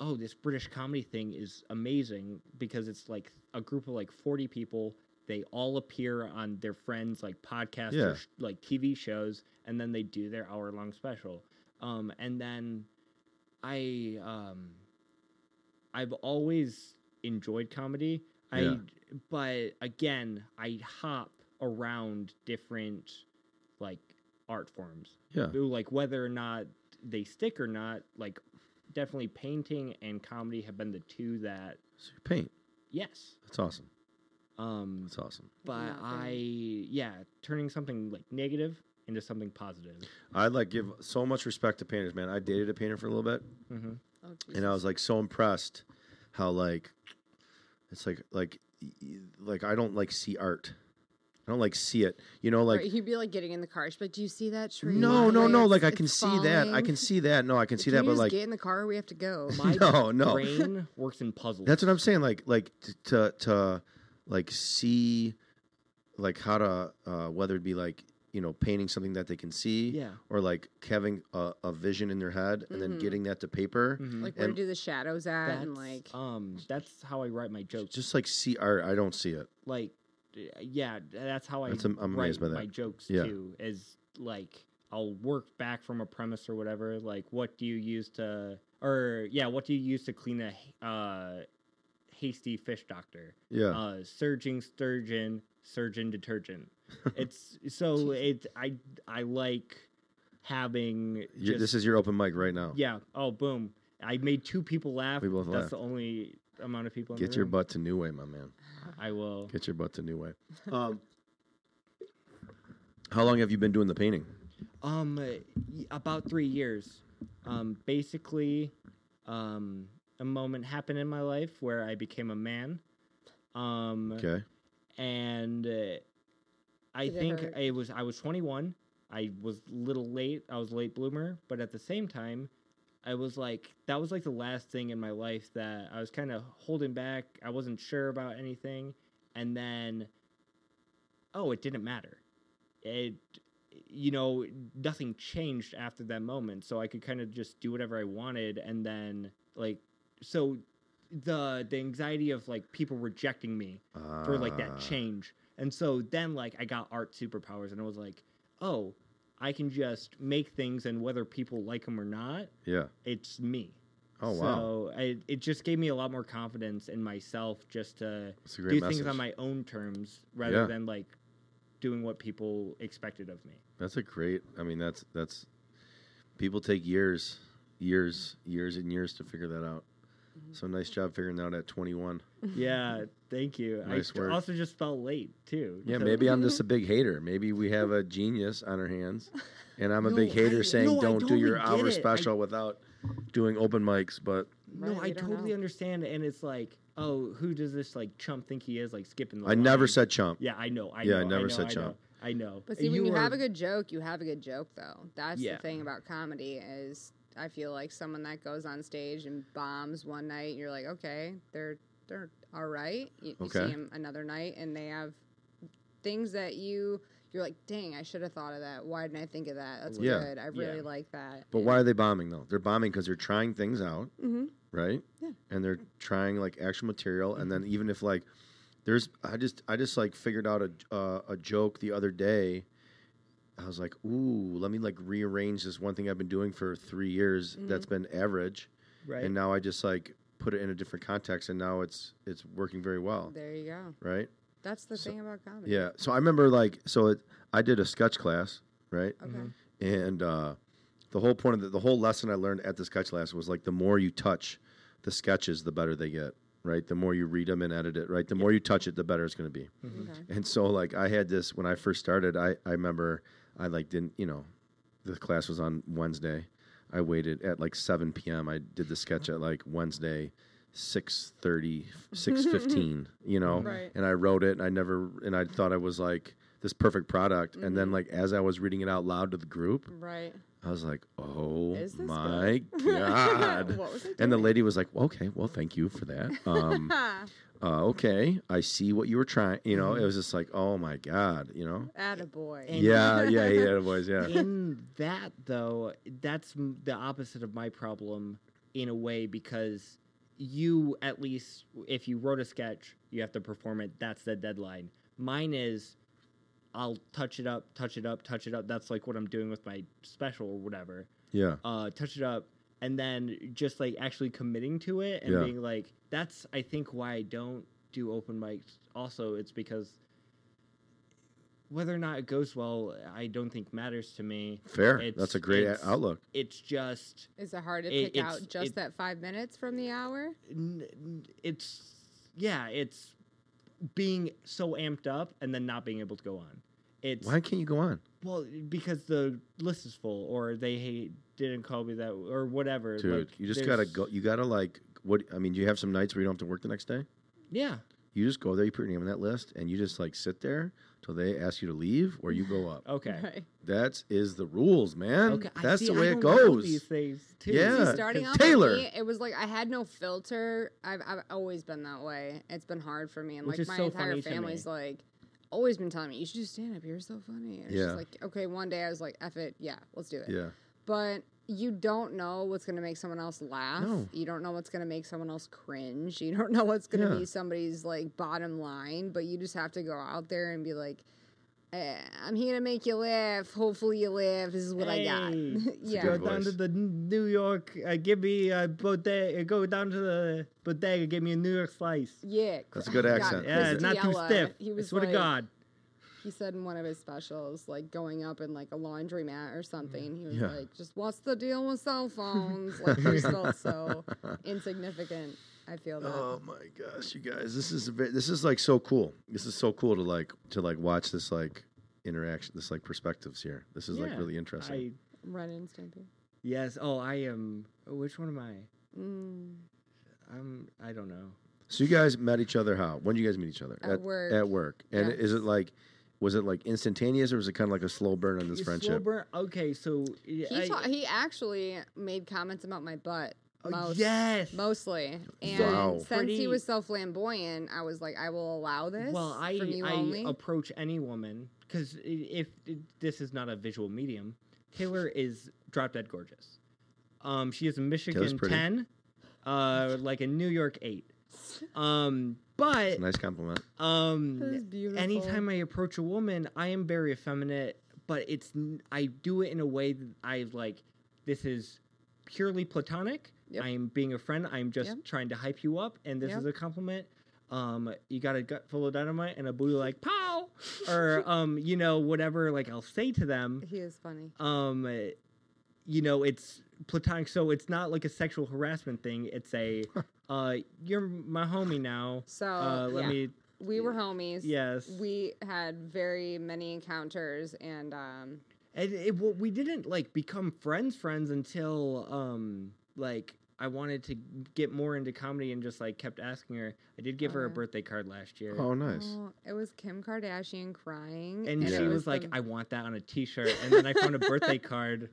D: oh, this British comedy thing is amazing because it's like a group of like forty people. They all appear on their friends' like podcasts
B: Yeah.
D: or sh- like TV shows, and then they do their hour long special. Um, and then I um I've always enjoyed comedy. I
B: Yeah.
D: but again, I hop around different like art forms.
B: Yeah.
D: Though, Like whether or not they stick or not, like definitely painting and comedy have been the two that
B: So you paint.
D: yes.
B: That's awesome.
D: Um
B: That's awesome.
D: but
C: Not
D: I
C: bad.
D: yeah, turning something like negative into something positive.
B: I like give so much respect to painters, man. I dated a painter for a little bit,
D: Mm-hmm.
B: <laughs>
C: Oh,
B: and I was like so impressed how like it's like like y- y- like I don't like see art. I don't like see it. You know, like
C: Right, he'd be like getting in the car. She's like, "Do you see that tree?
B: no, no,
C: Like,
B: no.
C: it's-
B: Like I
C: it's
B: can see that. I
C: falling.
B: can see that. No, I can see
C: Can
B: that.
C: you
B: But
C: just
B: like
C: get in the car. We have to go.
D: My
B: No, no.
D: brain works in puzzles.
B: That's what I'm saying. Like, like t- to to like see, like how to uh, whether it be like you know painting something that they can see,
D: Yeah.
B: or like having a, a vision in their head and then
C: Mhm.
B: getting that to paper.
D: Mhm.
C: Like where
B: And-
C: do the shadows at? and like,
D: um that's how I write my jokes.
B: Just like see art, I don't see it.
D: like d- yeah, that's how I
B: That's- I'm- I'm
D: write
B: amazed by that.
D: my jokes
B: Yeah.
D: too. Is like I'll work back from a premise or whatever. Like what do you use to or yeah, what do you use to clean a ha- uh, hasty fish doctor?
B: Yeah,
D: Uh, surging sturgeon,
B: <laughs>
D: surgeon detergent. it's so it's I I like having
B: You-
D: just,
B: this is your open mic right now.
D: yeah oh boom I made two people laugh.
B: We both
D: That's
B: laughed.
D: the only amount of people. In
B: Get
D: the
B: your
D: room.
B: butt to New Way, my man.
D: I will.
B: Get your butt to
D: <laughs>
B: New Way. Um, how long have you been doing the painting?
D: Um, y- about three years. Um, basically, um, a moment happened in my life where I became a man. Um,
B: Okay,
D: and uh, I
C: Did it
D: think
C: hurt?
D: it was I was 21. I was little late. I was a late bloomer, but at the same time, I was like that was like the last thing in my life that I was kind of holding back. I wasn't sure about anything, and then oh, it didn't matter. it you know nothing changed after that moment so i could kind of just do whatever i wanted and then like so the the anxiety of like people rejecting me for like that
B: Ah.
D: change and so then like i got art superpowers and i was like oh i can just make things and whether people like them or not
B: Yeah.
D: it's me
B: Oh wow.
D: so I, it just gave me a lot more confidence in myself just to
B: That's a
D: do
B: great
D: things
B: message.
D: on my own terms rather
B: Yeah.
D: than like doing what people expected
C: <laughs>
D: of me.
B: That's a great. I mean, that's that's. People take years, years, years, and years to figure that out.
D: Mm-hmm.
B: So nice job figuring that out at 21.
D: yeah, thank you.
B: Nice
D: I j-
B: work.
D: also just felt late too.
B: Yeah,
D: so-
B: maybe I'm just
D: <laughs>
B: a big hater. Maybe we have a genius on our hands, and I'm a big
D: No,
B: hater
D: I-
B: saying
D: no, I
B: don't do
D: totally
B: your
D: get
B: hour
D: it. I-
B: special without doing open mics. But
D: no,
C: Right,
D: I
C: we don't
D: totally
C: know.
D: understand. And it's like, oh, who does this like chump think he is? Like skipping the
B: I never
D: line.
B: said chump.
D: Yeah, I know. I
B: Yeah, I
D: know,
B: never
D: know,
B: said
D: I know,
B: chump.
D: I know.
C: But see, when you
D: are-
C: have a good joke, you have a good joke, though. That's
D: Yeah.
C: the thing about comedy is I feel like someone that goes on stage and bombs one night, you're like, okay, they're they're all right. You, you see
B: Okay.
C: 'em another night, and they have things that you you're like, dang, I should have thought of that. Why didn't I think of that? That's
B: Yeah.
C: good. I really
D: Yeah.
C: like that.
B: But why are they bombing though? They're bombing because they're trying things out,
C: Mm-hmm.
B: right?
C: Yeah.
B: And they're trying like actual material, and then even if like there's, I just I just like figured out a uh, a joke the other day. I was like, ooh, let me like rearrange this one thing I've been doing for three years
D: Mm.
B: that's been average.
D: right.
B: and now I just like put it in a different context, and now it's it's working very well,
C: There Mm-hmm. you go.
B: right?
C: That's the
B: Oh. So-
C: thing about comedy.
B: Yeah. So I remember like so it, I did a sketch class, right?
C: Okay.
D: Mhm.
B: And uh, the whole point of the, the whole lesson I learned at the sketch class was like the more you touch the sketches, the better they get, right? The more you read them and edit it, right? The more you touch it, the better it's going to be.
C: Okay.
B: And so like I had this when I first started, I, I remember I like didn't, you know, the class was on Wednesday. I waited at like 7 p.m. I did the sketch at like Wednesday 6:30
C: <laughs>
B: 6:15, you know.
C: Right.
B: And I wrote it and I never and I thought I was like this perfect product and
C: Mm-hmm.
B: then like as I was reading it out loud to the group,
C: Right.
B: I was like, "Oh
C: Is this
B: my
C: <laughs>
B: god."
C: what was it? <laughs>
B: and the lady was like, well, "Okay, well, thank you for that." Um uh, okay, I see what you were trying. You know, it was just like, oh my god, you know.
C: Attaboy.
D: And- <laughs>
B: Yeah, yeah, yeah, it was, yeah.
D: in that though that's m- the opposite of my problem in a way because you at least if you wrote a sketch you have to perform it that's the deadline mine is i'll touch it up touch it up touch it up that's like what i'm doing with my special or whatever
B: Yeah,
D: uh, touch it up, and then just like actually committing to it and
B: Yeah.
D: being like, that's I think why I don't do open mics. Also, it's because whether or not it goes well, I don't think matters to me.
B: fair.
D: It's-
B: That's a great
D: it's-
B: outlook.
D: It's just
C: Is it hard to
D: It-
C: pick
D: it's-
C: out just
D: it-
C: that five minutes from the hour?
D: n- n- it's yeah, it's being so amped up and then not being able to go on. It's
B: Why can't you go on?
D: well because the list is full, or they hey, didn't call me that, or whatever.
B: Dude,
D: like,
B: you just gotta
D: there's-
B: go. You gotta like, what? I mean, do you have some nights where you don't have to work the next day?
D: Yeah,
B: You just go there, you put your name on that list, and you just like sit there till they ask you to leave or you go
D: <laughs>
B: up.
C: <laughs>
D: okay.
C: Right.
B: That is the rules, man.
D: Okay, I
B: Um, That's
D: see,
B: the
D: I
B: way it
D: don't know
B: goes.
D: These things too.
B: Yeah.
C: See, starting
B: and
C: off
B: Taylor.
C: with me, it was like I had no filter. I've, I've always been that way. It's been hard for me, and
D: Which
C: like
D: is
C: my
D: so
C: entire
D: funny to me.
C: family's like always been telling me, "You should do stand up. You're so funny." And it's
B: Yeah.
C: just like, okay, one day I was like, "F it, yeah, let's do it."
B: Yeah,
C: But you don't know what's going to make someone else laugh.
B: No.
C: You don't know what's going to make someone else cringe. You don't <laughs> know what's going to
B: Yeah.
C: be somebody's like bottom line. But you just have to go out there and be like. Eh, I'm here to make you laugh. Hopefully, you laugh. This is what I got. <laughs>
D: Hey,
C: yeah.
B: good
D: Go down to
B: voice.
D: the N- New York. Uh, give me a bodega. Go down to the bodega. Give me a New York slice.
C: Yeah,
B: That's a
C: cr-
B: good
C: God,
B: accent.
D: Yeah,
C: Chris
D: not too
C: D'Elia,
D: stiff.
C: He was
D: I swear
C: like,
D: to God.
C: He said in one of his specials, like going up in like a laundromat or something. He was
B: Yeah.
C: like, "Just what's the deal
B: <laughs>
C: with cell phones? Like we're still so insignificant." I feel that.
B: Oh my gosh, you guys, this is a bit, this is like so cool. This is so cool to like to like watch this like interaction, this like perspectives here. This is like
D: Yeah,
B: really interesting.
D: I,
C: Run in Stampy.
D: yes. Oh, I am. Which one am I?
C: Mm.
D: I'm. I don't know.
B: so you guys met each other how? When did you guys meet each other?
C: At work.
B: At work. And
C: Yes.
B: is it like was it like instantaneous or was it kind of like a slow burn on this
D: Is
B: friendship?
D: Slow burn. Okay, so
C: He ta- he actually made comments about my butt
D: Oh,
C: Most-
D: yes.
C: mostly. And
B: Wow.
C: since
D: Pretty-
C: he was so flamboyant, I was like, I will allow this
D: well, I
C: from you
D: I
C: only.
D: approach any woman because if, if this is not a visual medium, Taylor is drop dead gorgeous. Um, she is a Michigan
B: pretty.
D: ten, uh, like a New York eight. Um, but
B: Nice compliment.
D: um,
C: That is beautiful.
D: anytime I approach a woman, I am very effeminate, but it's n- I do it in a way that I like. This is purely platonic.
C: Yep.
D: I am being a friend. I'm just
C: Yep.
D: trying to hype you up, and this
C: Yep.
D: is a compliment. Um, you got a gut full of dynamite and a booty like pow,
C: <laughs>
D: or um, you know whatever. Like I'll say to them,
C: he is funny.
D: um, eh, you know it's platonic, so it's not like a sexual harassment thing. It's a,
C: <laughs>
D: uh, you're my homie now.
C: So
D: uh, let
C: yeah,
D: me
C: we were homies.
D: yes.
C: We had very many encounters, and um,
D: And it, well, we didn't like become friends friends until um like I wanted to get more into comedy and just like kept asking her. I did give her a
C: Okay.
D: birthday card last year.
B: Oh, nice.
C: oh, it was Kim Kardashian crying,
D: And
B: Yeah.
D: she
C: it
D: was like,
C: the-
D: "I want that on a T-shirt." And then I found a birthday card.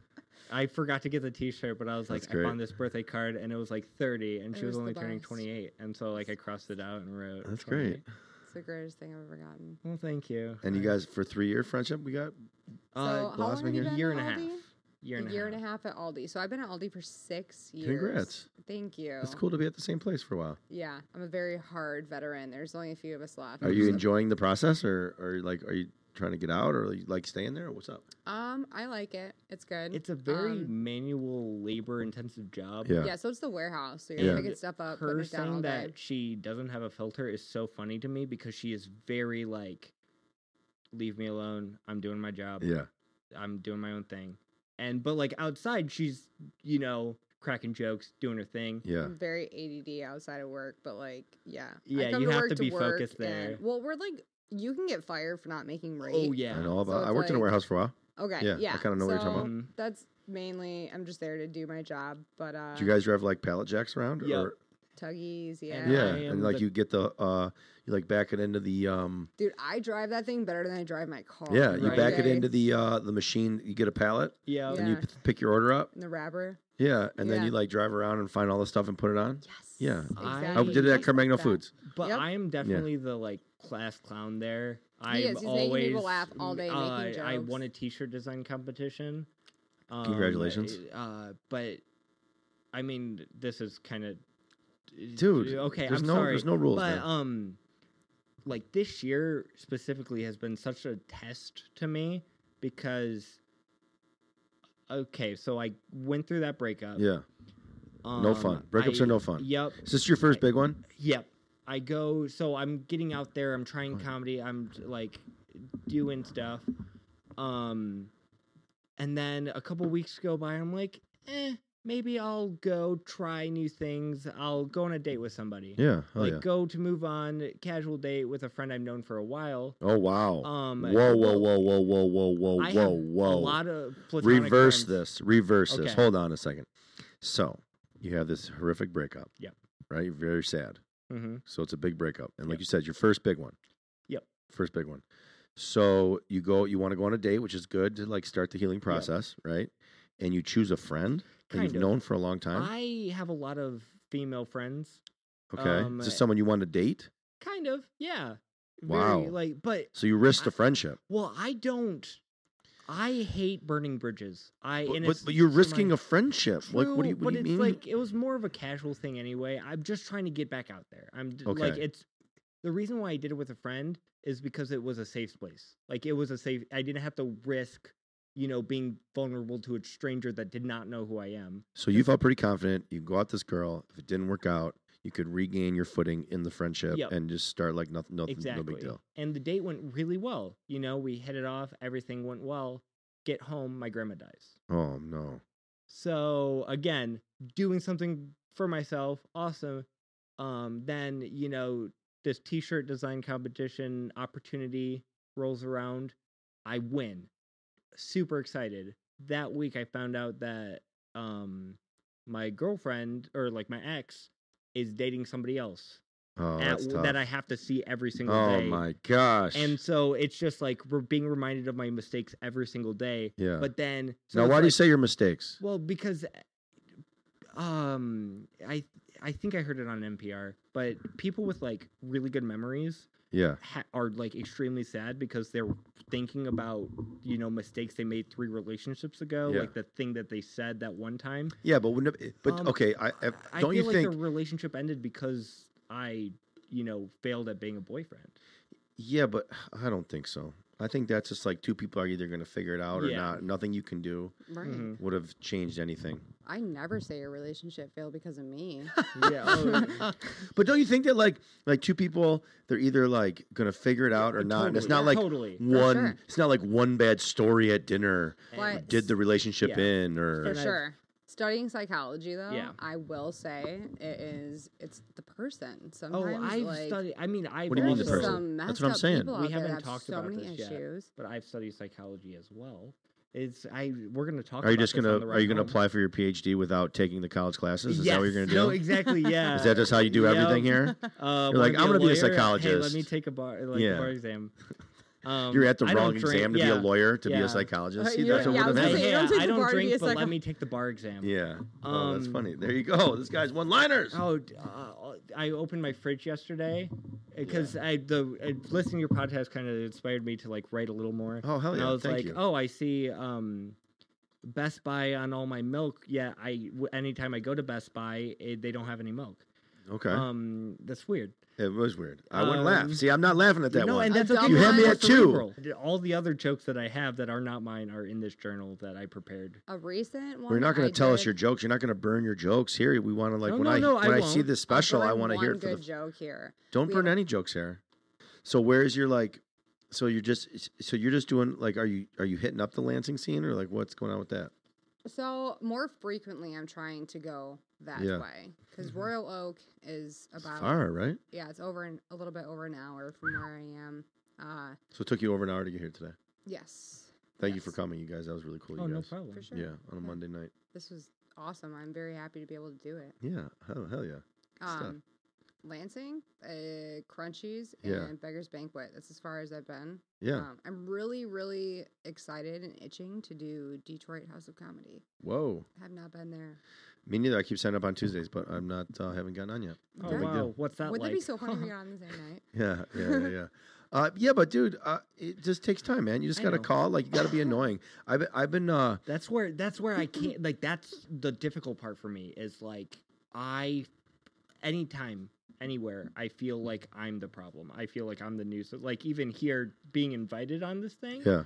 D: I forgot to get the T-shirt, but I was like,
B: That's
D: "I
B: great.
D: found this birthday card," and it was like thirty, and
C: It
D: she was,
C: was the
D: only turning
C: best.
D: twenty-eight. And so like I crossed it out and wrote.
B: That's
D: 28.
B: great.
C: it's the greatest thing I've ever gotten."
D: Well, thank you.
B: And you
D: I-
B: guys for three year friendship we got.
C: So
D: uh,
C: how long
B: blossoming
C: have you
B: here?
C: been
D: year
C: at
D: and a half.
C: Aldi?
D: Year and
C: a
D: a
C: year
D: half.
C: and a half at Aldi. So I've been at Aldi for six years.
B: Congrats.
C: Thank you.
B: It's cool to be at the same place for a while.
C: Yeah, I'm a very hard veteran. There's only a few of us left.
B: Are you
C: So-
B: enjoying the process, or are like are you trying to get out, or you like staying there? or What's up?
C: <laughs> Um, I like it. It's good.
D: It's a very
C: Um,
D: manual labor intensive job.
B: Yeah.
C: yeah. So it's the warehouse. So you're
B: Yeah.
C: picking stuff up, putting
D: her
C: it down all
D: saying
C: day.
D: that she doesn't have a filter is so funny to me because she is very like leave me alone i'm doing my job
B: Yeah,
D: i'm doing my own thing and but like outside she's you know cracking jokes doing her thing
B: yeah.
C: I'm very ADD outside of work, but like, yeah, I
D: Yeah,
C: come
D: you have
C: work
D: to be
C: work
D: focused there.
C: and- well, we're like, you can get fired for not making rate.
D: oh yeah
B: I know all
C: So
B: about. I
C: it's
B: worked in a
C: like-
B: warehouse for a while.
C: Okay.
B: Yeah, I
C: Yeah.
B: kinda know what you're talking about.
C: so
D: Mhm.
C: That's mainly I'm just there to do my job, but uh,
B: Do you guys drive like pallet jacks around?
D: Yeah.
B: Or,
C: tuggies, yeah,
D: And
B: yeah,
D: I am
B: and like
D: the-
B: you get the uh, you like back it into the um,
C: dude, I drive that thing better than I drive my car.
B: yeah, you
D: Oh, Right. Oh,
B: back it
C: Okay.
B: into the uh, the machine. You get a pallet
D: yeah,
B: and you
C: Yeah.
B: p- pick your order up.
C: And the wrapper.
B: Yeah, and then
C: Yeah.
B: you like drive around and find all the stuff and put it on.
C: Yes.
B: Yeah.
D: I-
B: I did it at
C: Just
B: Carmagno
C: like that.
B: Foods.
D: but
C: Yep.
D: i am definitely the like class clown there i
C: is.
D: am
C: He's making people
D: always
C: laugh all day, making
D: uh, i
C: jokes.
D: won a t-shirt design competition Um,
B: Congratulations.
D: uh, but i mean this is kind of
B: Dude,
D: okay
B: there's
D: i'm
B: no-
D: sorry
B: there's no rules,
D: but
B: man.
D: um like this year specifically has been such a test to me because okay so i went through that breakup
B: Yeah, no fun.
D: um,
B: Breakups
D: I-
B: are no fun.
D: yep
B: is this your first big one?
D: Yep. I go so I'm getting out there, I'm trying comedy, I'm like doing stuff. Um and then a couple weeks go by, I'm like, eh, maybe I'll go try new things. I'll go on a date with somebody.
B: Yeah, oh
D: like
B: yeah.
D: go to move on, casual date with a friend I've known for a while.
B: Oh wow.
D: Um,
B: whoa, whoa, whoa, whoa, whoa, whoa, whoa,
D: I
B: whoa,
D: have
B: whoa.
D: A lot of platonic
B: reverse
D: friends.
B: this. Reverse this.
D: Okay.
B: Hold on a second. So you have this horrific breakup.
D: Yep.
B: Right. Very sad.
D: Mhm.
B: So it's a big breakup, and like
D: Yep.
B: you said, your first big one.
D: Yep.
B: First big one. So you go. You want to go on a date, which is good to like start the healing process, right? And you choose a friend that
D: Kind
B: you've
D: of.
B: known for a long time.
D: I have a lot of female friends.
B: okay.
D: um,
B: is this someone you want to date?
D: Kind of, yeah.
B: Wow.
D: Very, like but
B: So you risk the
D: I-
B: friendship,
D: Well, I don't. I hate burning bridges. I
B: but,
D: and
B: but,
D: it's-
B: but you're
D: so
B: risking
D: my-
B: a friendship. like what do you,
D: True,
B: what do
D: but
B: you
D: it's
B: mean?
D: like it was more of a casual thing anyway. I'm just trying to get back out there. I'm d- like
B: Okay.
D: it's the reason why I did it with a friend is because it was a safe place. Like it was a safe. I didn't have to risk, you know, being vulnerable to a stranger that did not know who I am.
B: So you felt pretty confident. You go out this girl. If it didn't work out, you could regain your footing in the friendship
D: Yep.
B: and just start like nothing, nothing
D: exactly.
B: no big deal.
D: And the date went really well. You know, we hit it off. Everything went well. Get home, my grandma dies.
B: Oh no.
D: So again, doing something for myself, awesome. Um, then you know this T-shirt design competition opportunity rolls around, I win. Super excited. That week, I found out that um, my girlfriend or like my ex is dating somebody else
B: Oh,
D: at,
B: that's tough.
D: that I have to see every single
B: oh
D: day.
B: my gosh.
D: And so it's just like we're being reminded of my mistakes every single day.
B: yeah.
D: But then so
B: now,
D: it's
B: why do you
D: like-
B: say your mistakes?
D: well, because um I I think I heard it on NPR, but people with like really good memories
B: Yeah.
D: ha- are like extremely sad because they're thinking about you know mistakes they made three relationships ago,
B: Yeah.
D: like the thing that they said that one time.
B: Yeah, but wouldn't it, but
D: Um,
B: okay, I, I
D: I
B: Eh, don't
D: feel
B: you
D: like
B: think
D: the relationship ended because I you know failed at being a boyfriend.
B: Yeah, but I don't think so. I think that's just like two people are either going to figure it out or
D: Yeah.
B: not. Nothing you can do
C: Right.
D: Mhm.
B: would have changed anything.
C: Mm-hmm. I never say your relationship failed because of
D: <laughs>
C: me. <laughs>
D: Yeah. oh,
B: But don't you think that like like two people they're either like going to figure it out or not? and it's
D: totally,
B: not like
D: totally. For
B: one
C: sure.
B: it's not like one bad story at dinner
C: But
B: did the relationship
D: Yeah.
B: in
C: for
B: or
D: I've-
C: sure. Studying psychology, though,
D: Yeah.
C: I will say it is. It's the person.
D: oh,
C: Sometimes,
D: I've
C: like,
D: studied. I mean, I.
B: What do you mean
C: there's
B: the person?
C: Some
B: That's
C: messed
B: what I'm
C: up
B: saying.
C: People
D: We
C: out there
D: haven't
C: that have
D: talked
C: so
D: about
C: many
D: this yet.
C: issues.
D: But I've studied psychology as well. It's I. We're gonna talk.
B: are you
D: about
B: just
D: this
B: going
D: on
B: to
D: the
B: are
D: ride
B: you going to
D: home.
B: apply for your PhD without taking the college classes? Is that what you're going to
D: Yes. <laughs>
B: do?
D: No, exactly.
B: <laughs>
D: Yeah.
B: Is that just how you do
D: Yep.
B: everything here?
D: <laughs> Uh,
B: You're like, "I'm gonna
D: wanna
B: be a
D: lawyer? Hey, let
B: psychologist."
D: me take a bar, like, a
B: Yeah.
D: bar exam. Um,
B: You're at the
D: I don't
B: wrong
D: drink-
B: exam to
D: yeah.
B: be a lawyer to be
D: Yeah. Uh,
B: a psychologist. See,
C: Yeah,
B: that's what
C: Uh, yeah, I
B: would
C: was
B: have
C: gonna
B: happened.
C: say, you don't
D: Yeah,
C: take
D: I
C: the
D: don't
C: bar to be
D: drink,
C: a
D: but let
C: psycho-
D: me take the bar exam.
B: Yeah. oh, that's
D: Um,
B: funny. There you go. This guy's one liners.
D: Oh, d- uh, I opened my fridge yesterday because I the uh, listening to your podcast kind of inspired me to like write a little more.
B: Oh, hell
D: and
B: yeah,
D: I was
B: thank
D: like,
B: you.
D: oh, I see. Um, Best Buy on all my milk. Yeah, I w- anytime I go to Best Buy, it, they don't have any milk.
B: Okay.
D: Um, that's weird.
B: it was weird. I wouldn't laugh.
D: um,
B: See, I'm not laughing at that
D: no,
B: one.
D: and
C: A
D: that's
C: dumb
D: okay.
C: You had me
B: at
D: because I'm
B: two.
D: cerebral. All the other jokes that I have that are not mine are in this journal that I prepared.
C: A recent one.
B: We're not going
C: I
B: to tell us
C: did-
B: your jokes. You're not going to burn your jokes here. We want to like
D: No,
B: when
D: no,
B: I
D: no, I
B: when I, see
D: won't.
B: this
C: I'll
B: special,
C: burn
B: I want to hear
C: one
B: it for the.
C: good joke here.
B: Don't
C: We
B: burn
C: have-
B: any jokes here. So where's your like? So you're just so you're just doing like are you are you hitting up the Lansing scene or like what's going on with that?
C: So more frequently, I'm trying to go that
B: Yeah. Mm-hmm.
C: way because Royal Oak is
B: It's
D: Um,
C: about
B: far right.
C: yeah, it's over an, a little bit over an hour from where I am. Uh,
B: So it took you over an hour to get here today.
C: yes,
B: Thank you for
C: Yes.
B: coming, you guys. That was really cool.
D: Oh,
B: you
D: no
B: guys.
D: problem.
C: for sure.
B: Yeah, on a
C: Yeah.
B: Monday night.
C: This was awesome. I'm very happy to be able to do it.
B: Yeah, hell, hell yeah. stuff.
C: Um, Lansing, uh, Crunchies,
B: Yeah.
C: and Beggar's Banquet. That's as far as I've been.
B: Yeah.
C: Um, I'm really, really excited and itching to do Detroit House of Comedy.
B: Whoa.
C: Have not been there.
B: Me neither. I keep signing
D: <laughs>
B: up on Tuesdays, but I'm not uh, haven't gotten on yet.
D: Oh,
C: That-
B: big
D: wow.
B: deal.
D: What's that
C: Wouldn't
D: like?
C: it be so funny
D: <laughs>
C: if we got on the same night?
B: Yeah, yeah, yeah, yeah. Uh, yeah, but dude, uh, it just takes time, man. You just
D: I
B: gotta
D: know.
B: call. Like, you gotta be annoying. I've been- I've been uh,
D: That's where that's where I
B: Mm-hmm.
D: can't like that's the difficult part for me is like I anytime anywhere I feel like I'm the problem. I feel like I'm the news like even here being invited on this thing.
B: yeah,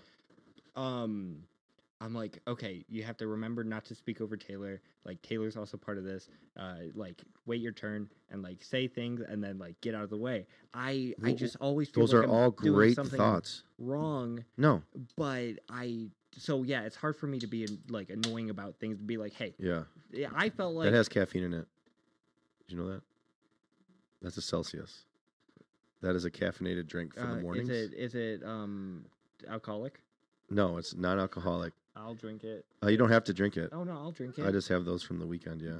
D: Um I'm like, okay, you have to remember not to speak over Taylor. Like Taylor's also part of this. Uh like wait your turn and like say things and then like get out of the way. I I
B: Well,
D: just always feel
B: those
D: like
B: are
D: I'm
B: all
D: doing
B: great
D: something
B: thoughts.
D: wrong
B: No,
D: but I so yeah, it's hard for me to be like annoying about things. To be like, hey,
B: yeah,
D: yeah, I felt like
B: that has caffeine in it. Did you know that? That's a Celsius. That is a caffeinated drink for
D: uh,
B: the mornings.
D: Is it is it um alcoholic?
B: No, it's non-alcoholic.
D: I'll drink it.
B: Uh, you don't have to drink it.
D: Oh no, I'll drink it.
B: I just have those from the weekend. Yeah,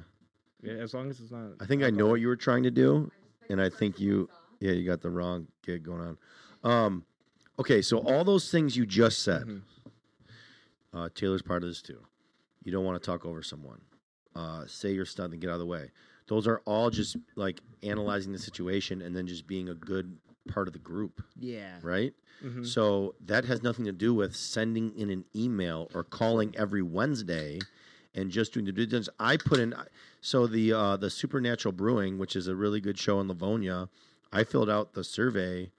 D: Yeah, as long as it's not.
B: I think I know
D: alcoholic.
B: what you were trying to do, and I think you, yeah, you got the wrong gig going on. Um, okay, so all those things you just said.
D: Mhm.
B: Uh, Taylor's part of this too. You don't want to talk over someone. Uh, say your stuff and get out of the way. Those are all just like analyzing the situation and then just being a good part of the group,
D: Yeah.
B: right?
D: Mhm.
B: So that has nothing to do with sending in an email or calling every Wednesday and just doing the due diligence. I put in so the uh, the Supernatural Brewing, which is a really good show in Livonia. I filled out the survey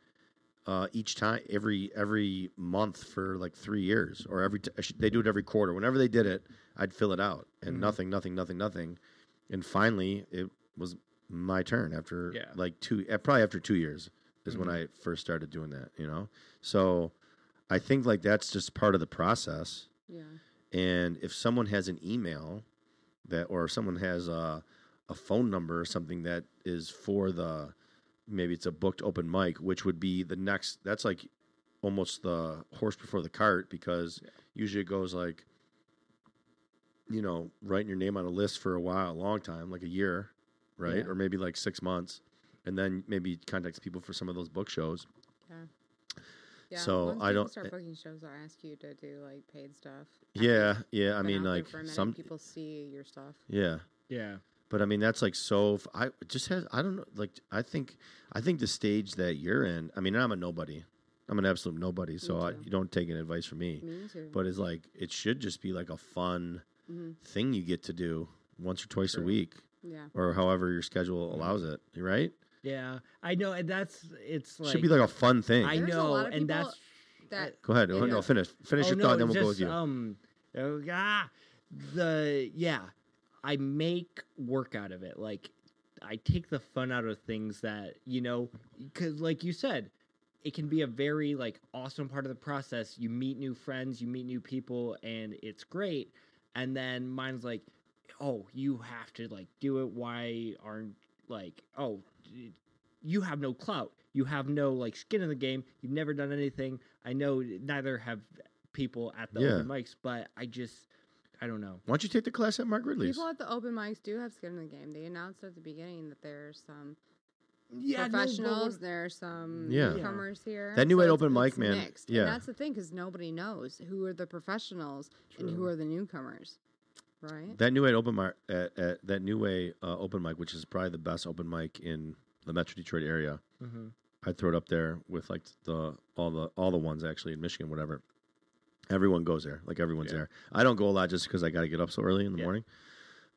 B: uh, each time every every month for like three years or every t- I should- they do it every quarter. Whenever they did it, I'd fill it out and
D: Mhm.
B: nothing, nothing, nothing, nothing. And finally, it was my turn after
D: Yeah.
B: like two uh, probably after two years is when I first started doing that. You know, so I think like that's just part of the process.
C: Yeah.
B: And if someone has an email that, or someone has a, a phone number or something that is for the, maybe it's a booked open mic, which would be the next, that's like almost the horse before the cart because usually it goes like, you know, writing your name on a list for a while, a long time, like a year, right?
D: Yeah.
B: Or maybe like six months. And then maybe contacts people for some of those book shows.
C: Yeah.
B: So,
C: once
B: I
C: people
B: don't- eh
C: start booking shows. I ask you to do like paid stuff. After
B: Yeah, yeah. I
C: <laughs> you've been
B: mean,
C: out there
B: like
C: for a minute,
B: some,
C: people see your stuff.
B: Yeah.
D: Yeah.
B: But I mean, that's like so. f- I it just has. I don't know. Like I think. I think the stage that you're in. I mean, I'm a nobody. I'm an absolute nobody. So I,
C: too.
B: you don't take any advice from me.
C: Me too.
B: But it's like it should just be like a fun
C: Mhm.
B: thing you get to do once or twice
D: True.
B: a week
C: yeah.
B: or however your schedule allows it. Right?
D: Yeah. I know. And that's, it's
B: It
D: like,
B: should be like a fun thing.
D: I
C: There's a
D: know.
C: lot of
D: And
C: people
D: that's,
C: That
B: Go ahead. No,
C: Yeah.
B: no, finish. Finish
D: Oh,
B: your
D: no,
B: thought, then we'll go
D: just,
B: with you.
D: Um, oh, ah, the yeah, I make work out of it. Like, I take the fun out of things that you know, because like you said, it can be a very like awesome part of the process. You meet new friends, you meet new people, and it's great. And then mine's like, oh, you have to like do it. Why aren't like oh. d- You have no clout. You have no like skin in the game. You've never done anything. I know neither have people at the open mics, but I just I don't know.
B: Why don't you take the class at Mark Ridley's?
C: people at the open mics do have skin in the game. They announced at the beginning that there's some
D: Yeah,
C: professionals, there's some
B: Yeah. Yeah.
C: newcomers here.
B: That new at
C: it's-
B: open mic,
C: it's
B: man,
C: mixed.
B: yeah.
C: and that's the thing because nobody knows who are the professionals and who
D: True.
C: are the newcomers, right?
B: That new way at open mic, at, at that new way uh, open mic, which is probably the best open mic in the Metro Detroit area.
D: hmm
B: I'd throw it up there with like the all the all the ones actually in Michigan, whatever. Everyone goes there, like everyone's
D: Yeah.
B: there. I don't go a lot just because I got to get up so early in the
D: Yeah.
B: morning.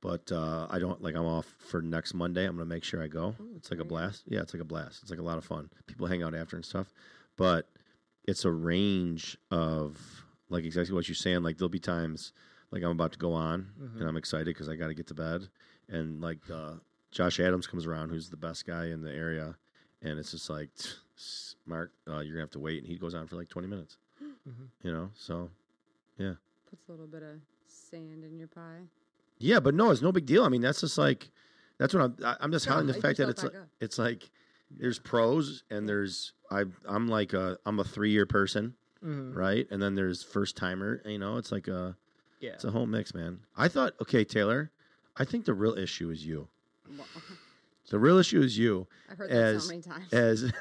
B: But uh, I don't like I'm off for next Monday. I'm gonna make sure I go.
D: Oh,
B: it's like a
C: very good.
B: blast. Yeah, it's like a blast. It's like a lot of fun. People hang out after and stuff. But it's a range of like exactly what you're saying. Like there'll be times like I'm about to go on
D: Mhm.
B: and I'm excited because I got to get to bed. And like uh, Josh Adams comes around, who's the best guy in the area, and it's just like, "Tsk, Mark, uh, you're gonna have to wait. And he goes on for like 20 minutes,
D: Mhm.
B: you know. So
C: Puts a little bit of sand in your pie.
B: yeah, but no, it's no big deal. I mean, that's just like that's what I'm. I, I'm just
C: No, <laughs>
B: highlighting the
C: hype
B: fact that
C: yourself
B: it's
C: back
B: like,
C: up.
B: it's like there's pros and there's I I'm like a I'm a three year person,
D: hmm
B: right? And then there's first timer. You know, it's like a
D: Yeah.
B: it's a whole mix, man. I thought, okay, Taylor, I think the real issue is you.
C: Well,
B: The real issue is you.
C: <laughs> I've heard that
B: uh As-
C: so many times.
B: as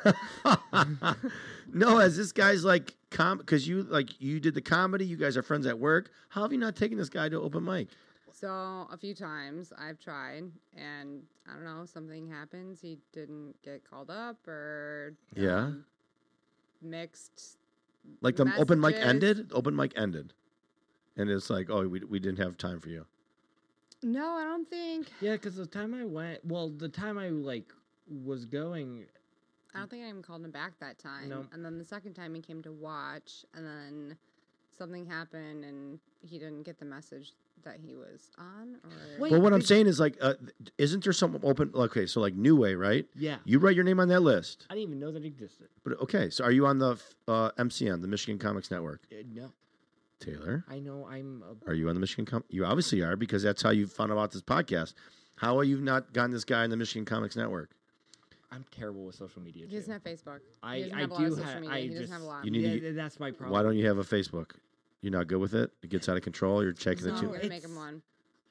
B: <laughs> no as this guy's like com because you like you did the comedy you guys are friends at work how have you not taken this guy to open mic
C: So a few times I've tried, and I don't know, something happens. He didn't get called up, or
B: Yeah.
C: um, mixed.
B: like the open mic
C: Messages.
B: ended the open mic ended and it's like oh we, we didn't have time for you
C: No, I don't think.
D: Yeah, because the time I went, well, the time I like was going,
C: I don't think I even called him back that time.
D: No.
C: And then the second time he came to watch, and then something happened, and he didn't get the message that he was on. Or
D: Wait.
B: but what i'm
D: did-
B: saying is like uh, isn't there some open okay so like new way right
D: yeah,
B: you write your name on that list
D: I didn't even know that existed.
B: but okay so are you on the uh, mcn the michigan comics network
D: Uh, no,
B: taylor
D: I know I'm. A,
B: Are you on the Michigan Com? You obviously are because that's how you found out about this podcast. How are you not gotten this guy in the Michigan Comics Network?
D: I'm terrible with social media.
C: he doesn't
D: too.
C: have Facebook.
D: I,
C: he doesn't
D: I
C: have a lot
D: do
C: of social
D: have.
C: media.
D: I
C: he
D: just,
C: doesn't have a lot.
B: You need to
D: yeah,
B: get-
D: th- that's my problem.
B: Why don't you have a Facebook? You're not good with it. It gets out of control. You're checking
C: so
B: the
C: I'm
B: two.
D: No.
C: gonna make
D: It's-
C: him one.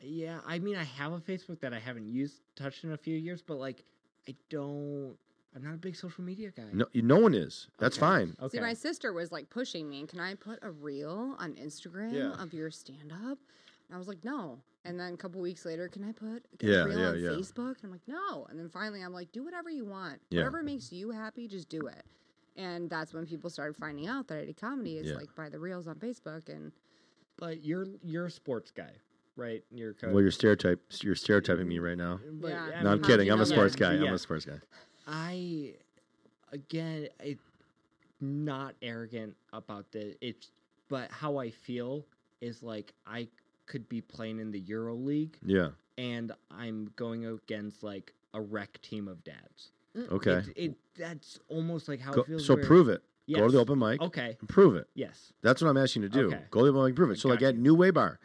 D: Yeah, I mean, I have a Facebook that I haven't used, touched in a few years, but like, I don't. I'm not a big social media guy.
B: No, you- no one is. That's
D: Okay.
B: fine.
D: Okay.
C: See, my sister was like pushing me, can I put a reel on Instagram
B: Yeah.
C: of your stand up? And I was like, no. And then a couple weeks later, can I put a
B: Yeah,
C: reel
B: yeah,
C: on
B: yeah.
C: Facebook? And I'm like, no. And then finally, I'm like, do whatever you want.
B: Yeah.
C: Whatever makes you happy, just do it. And that's when people started finding out that I did comedy. It's
B: Yeah.
C: like by the reels on Facebook. And
D: But you're you're a sports guy, right? You're a coach.
B: Well, you're stereotype. You're stereotyping me right now.
D: But,
C: Yeah.
D: I
B: No, I'm
D: mean,
B: kidding.
D: you
B: I'm
D: know,
B: a sports
D: yeah,
B: guy. I'm
D: yeah.
B: a sports guy.
D: I again, it not arrogant about the it's, but how I feel is like I could be playing in the Euro League
B: Yeah.
D: and I'm going against like a rec team of dads.
B: Okay.
D: It, it that's almost like how
B: Go-
D: it feels.
B: so
D: where-
B: prove it. Go to
D: Yes.
B: the open mic.
D: Okay.
B: and Prove it.
D: Yes.
B: That's what I'm asking you to do.
D: Okay.
B: Go to the open mic. and Prove it. So like
D: Got
B: at New Way Bar,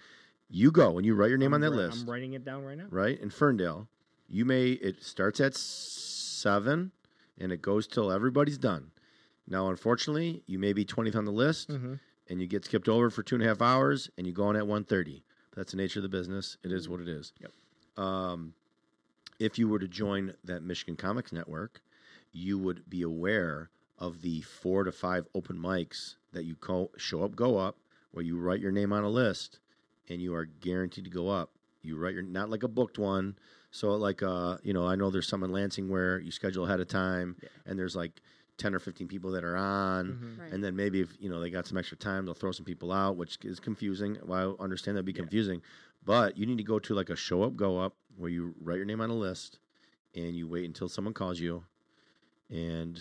B: you go and you write your name on
D: I'm
B: that
D: wri-
B: list.
D: I'm writing it down right now.
B: right in Ferndale. You may it starts at seven and it goes till everybody's done. Now, unfortunately, you may be twentieth on the list
D: Mm-hmm.
B: and you get skipped over for two and a half hours and you go on at one thirty. That's the nature of the business. It is what it is.
D: Mm-hmm. Yep.
B: Um, if you were to join that Michigan Comics Network, you would be aware of the four to five open mics that you call, show up, go up, where you write your name on a list, and you are guaranteed to go up You write your not like a booked one. So like uh, you know, I know there's some in Lansing where you schedule ahead of time,
D: Yeah. Mm-hmm.
B: and there's like ten or fifteen people that are on,
C: Right.
B: and then maybe if you know they got some extra time, they'll throw some people out, which is confusing. Well, I understand that'd be
D: Yeah.
B: confusing, but you need to go to like a show up, go up, where you write your name on a list, and you wait until someone calls you, and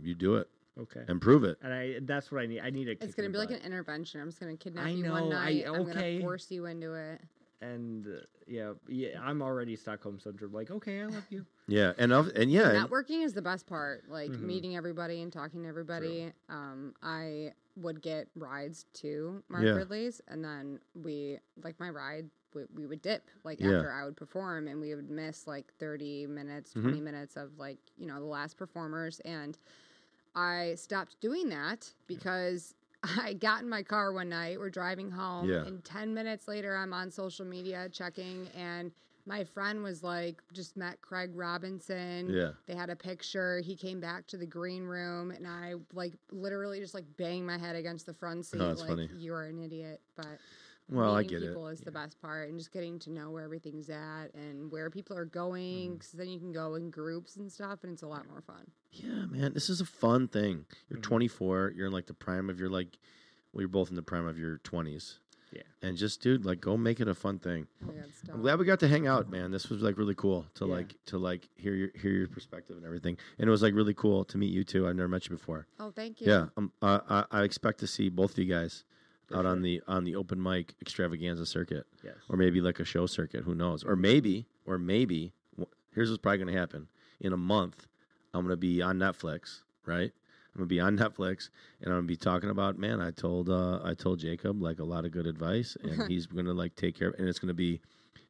B: you do it
D: Okay.
B: and prove it.
D: And I that's what I need. I need a.
C: It's
D: kick
C: gonna
D: in
C: be
D: the
C: like an
D: butt.
C: intervention. I'm just gonna kidnap
D: I
C: you one
D: know, I-
C: night. I, am
D: okay.
C: gonna force you into it.
D: and uh, yeah, yeah. I'm already Stockholm syndrome. Like, okay, I love
B: <laughs>
D: you.
B: Yeah, and of, and yeah, and- Mm-hmm.
C: Networking is the best part. Like
D: Mhm.
C: meeting everybody and talking to everybody. Um, I would get rides to Mark
B: Yeah.
C: Ridley's, and then we like my ride. We, we would dip like
B: Yeah.
C: after I would perform, and we would miss like thirty minutes,
B: Mhm.
C: 20 minutes of like you know the last performers. And I stopped doing that because <laughs> I got in my car one night. We're driving home,
B: Yeah.
C: and 10 minutes later, I'm on social media checking, and my friend was like, just met Craig Robinson.
B: yeah.
C: They had a picture. He came back to the green room, and I like literally just like banged my head against the front seat.
B: that's
C: like
B: funny.
C: you are an idiot, but
B: Well, I
C: meeting
B: get it.
C: people is the best part, and just getting to know where everything's at and where people are
B: Mm-hmm.
C: going. Because then you can go in groups and stuff, and it's a lot more fun.
B: Yeah, man, this is a fun thing. You're
D: Mhm.
B: 24. You're in like the prime of your like. Well, you're both in the prime of your 20s.
D: Yeah.
B: And just, dude, like, go make it a fun thing.
C: Oh my God, stop.
B: I'm glad we got to hang out, man. This was like really cool to
D: Yeah.
B: like to like hear your hear your perspective and everything. And it was like really cool to meet you too. I've never met you before.
C: Oh, thank you.
B: Yeah. Um, uh, I I expect to see both of you guys
D: For
B: out on
D: sure.
B: the on the open mic extravaganza circuit,
D: Yes.
B: or maybe like a show circuit. Who knows? Or maybe, or maybe. wh- Here's what's probably going to happen. In a month, I'm going to be on Netflix. Right. I'm going to be on <laughs> Netflix, and I'm going to be talking about man. I told uh, I told Jacob like a lot of good advice,
D: <laughs>
B: and he's going to like take care. of And it's going to be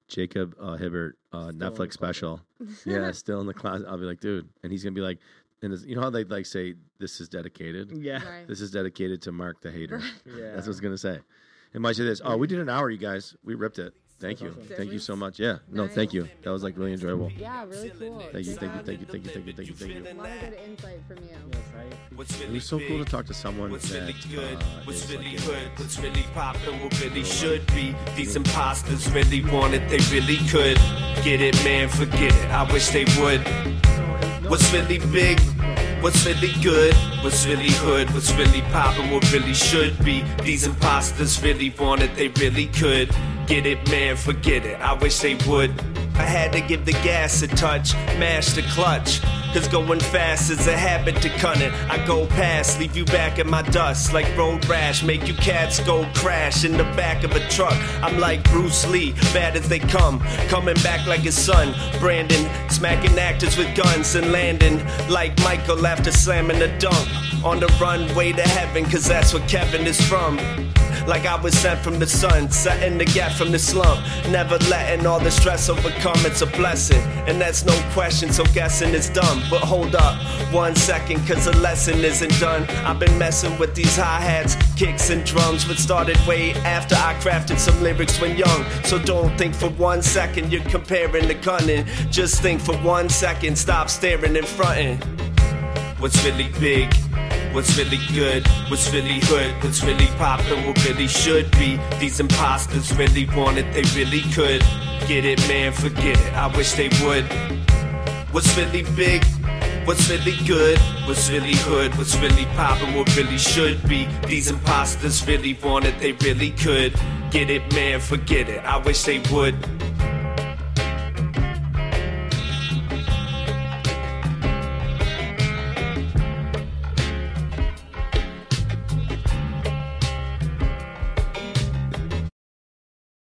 B: Jacob uh, Hibbert uh,
D: Still in the
B: Netflix
D: closet. <laughs>
B: special. yeah, still in the closet. I'll be like, dude, and he's going to be like, and it's, you know how they like say this is dedicated.
D: Yeah. <laughs>
C: Right.
B: This is dedicated to Mark the hater.
C: Right.
D: Yeah.
B: <laughs> That's what it's gonna say. It might say this. Oh, we did an hour, you guys. We ripped it. Thank
D: That's
B: you.
D: awesome.
B: Thank you so much. Yeah. No,
C: Nice.
B: thank you. That was like really enjoyable.
C: Yeah, really cool.
B: Thank you, thank you, thank you, thank you, thank you, thank you, thank you.
C: A lot of good insight from you.
D: Yes, I
A: What's
B: It
A: really
B: was so cool to
A: big?
B: talk to someone
A: What's
B: that
A: really good?
B: uh,
A: What's
B: is, like,
A: really
B: in-
A: hood? What's really poppin'? What really should be? These imposters really want it, they really could. Get it, man, forget it. I wish they would. What's really big? What's really good? What's really hood? What's really poppin'? What really should be? These imposters really want it, they really could. Get it, man, forget it. I wish they would. I had to give the gas a touch, mash the clutch. Cause going fast is a habit to cunning. I go past, leave you back in my dust. Like road rash, make you cats go crash in the back of a truck. I'm like Bruce Lee, bad as they come. Coming back like his son, Brandon. Smacking actors with guns and landing. Like Michael after slamming a dunk. On the runway to heaven, cause that's where Kevin is from. Like I was sent from the sun, setting the gap from the slump. Never letting all the stress overcome, it's a blessing. And that's no question, so guessing is dumb. But hold up, one second, cause the lesson isn't done. I've been messing with these hi hats, kicks, and drums, which started way after I crafted some lyrics when young. So don't think for one second you're comparing the gunning. Just think for one second, stop staring and fronting. What's really big? What's really good? What's really hood? What's really poppin'? What really should be? These imposters really want it, they really could. Get it, man, forget it. I wish they would. What's really big? What's really good? What's really hood? What's really poppin'? What really should be? These imposters really want it, they really could. Get it, man, forget it. I wish they would.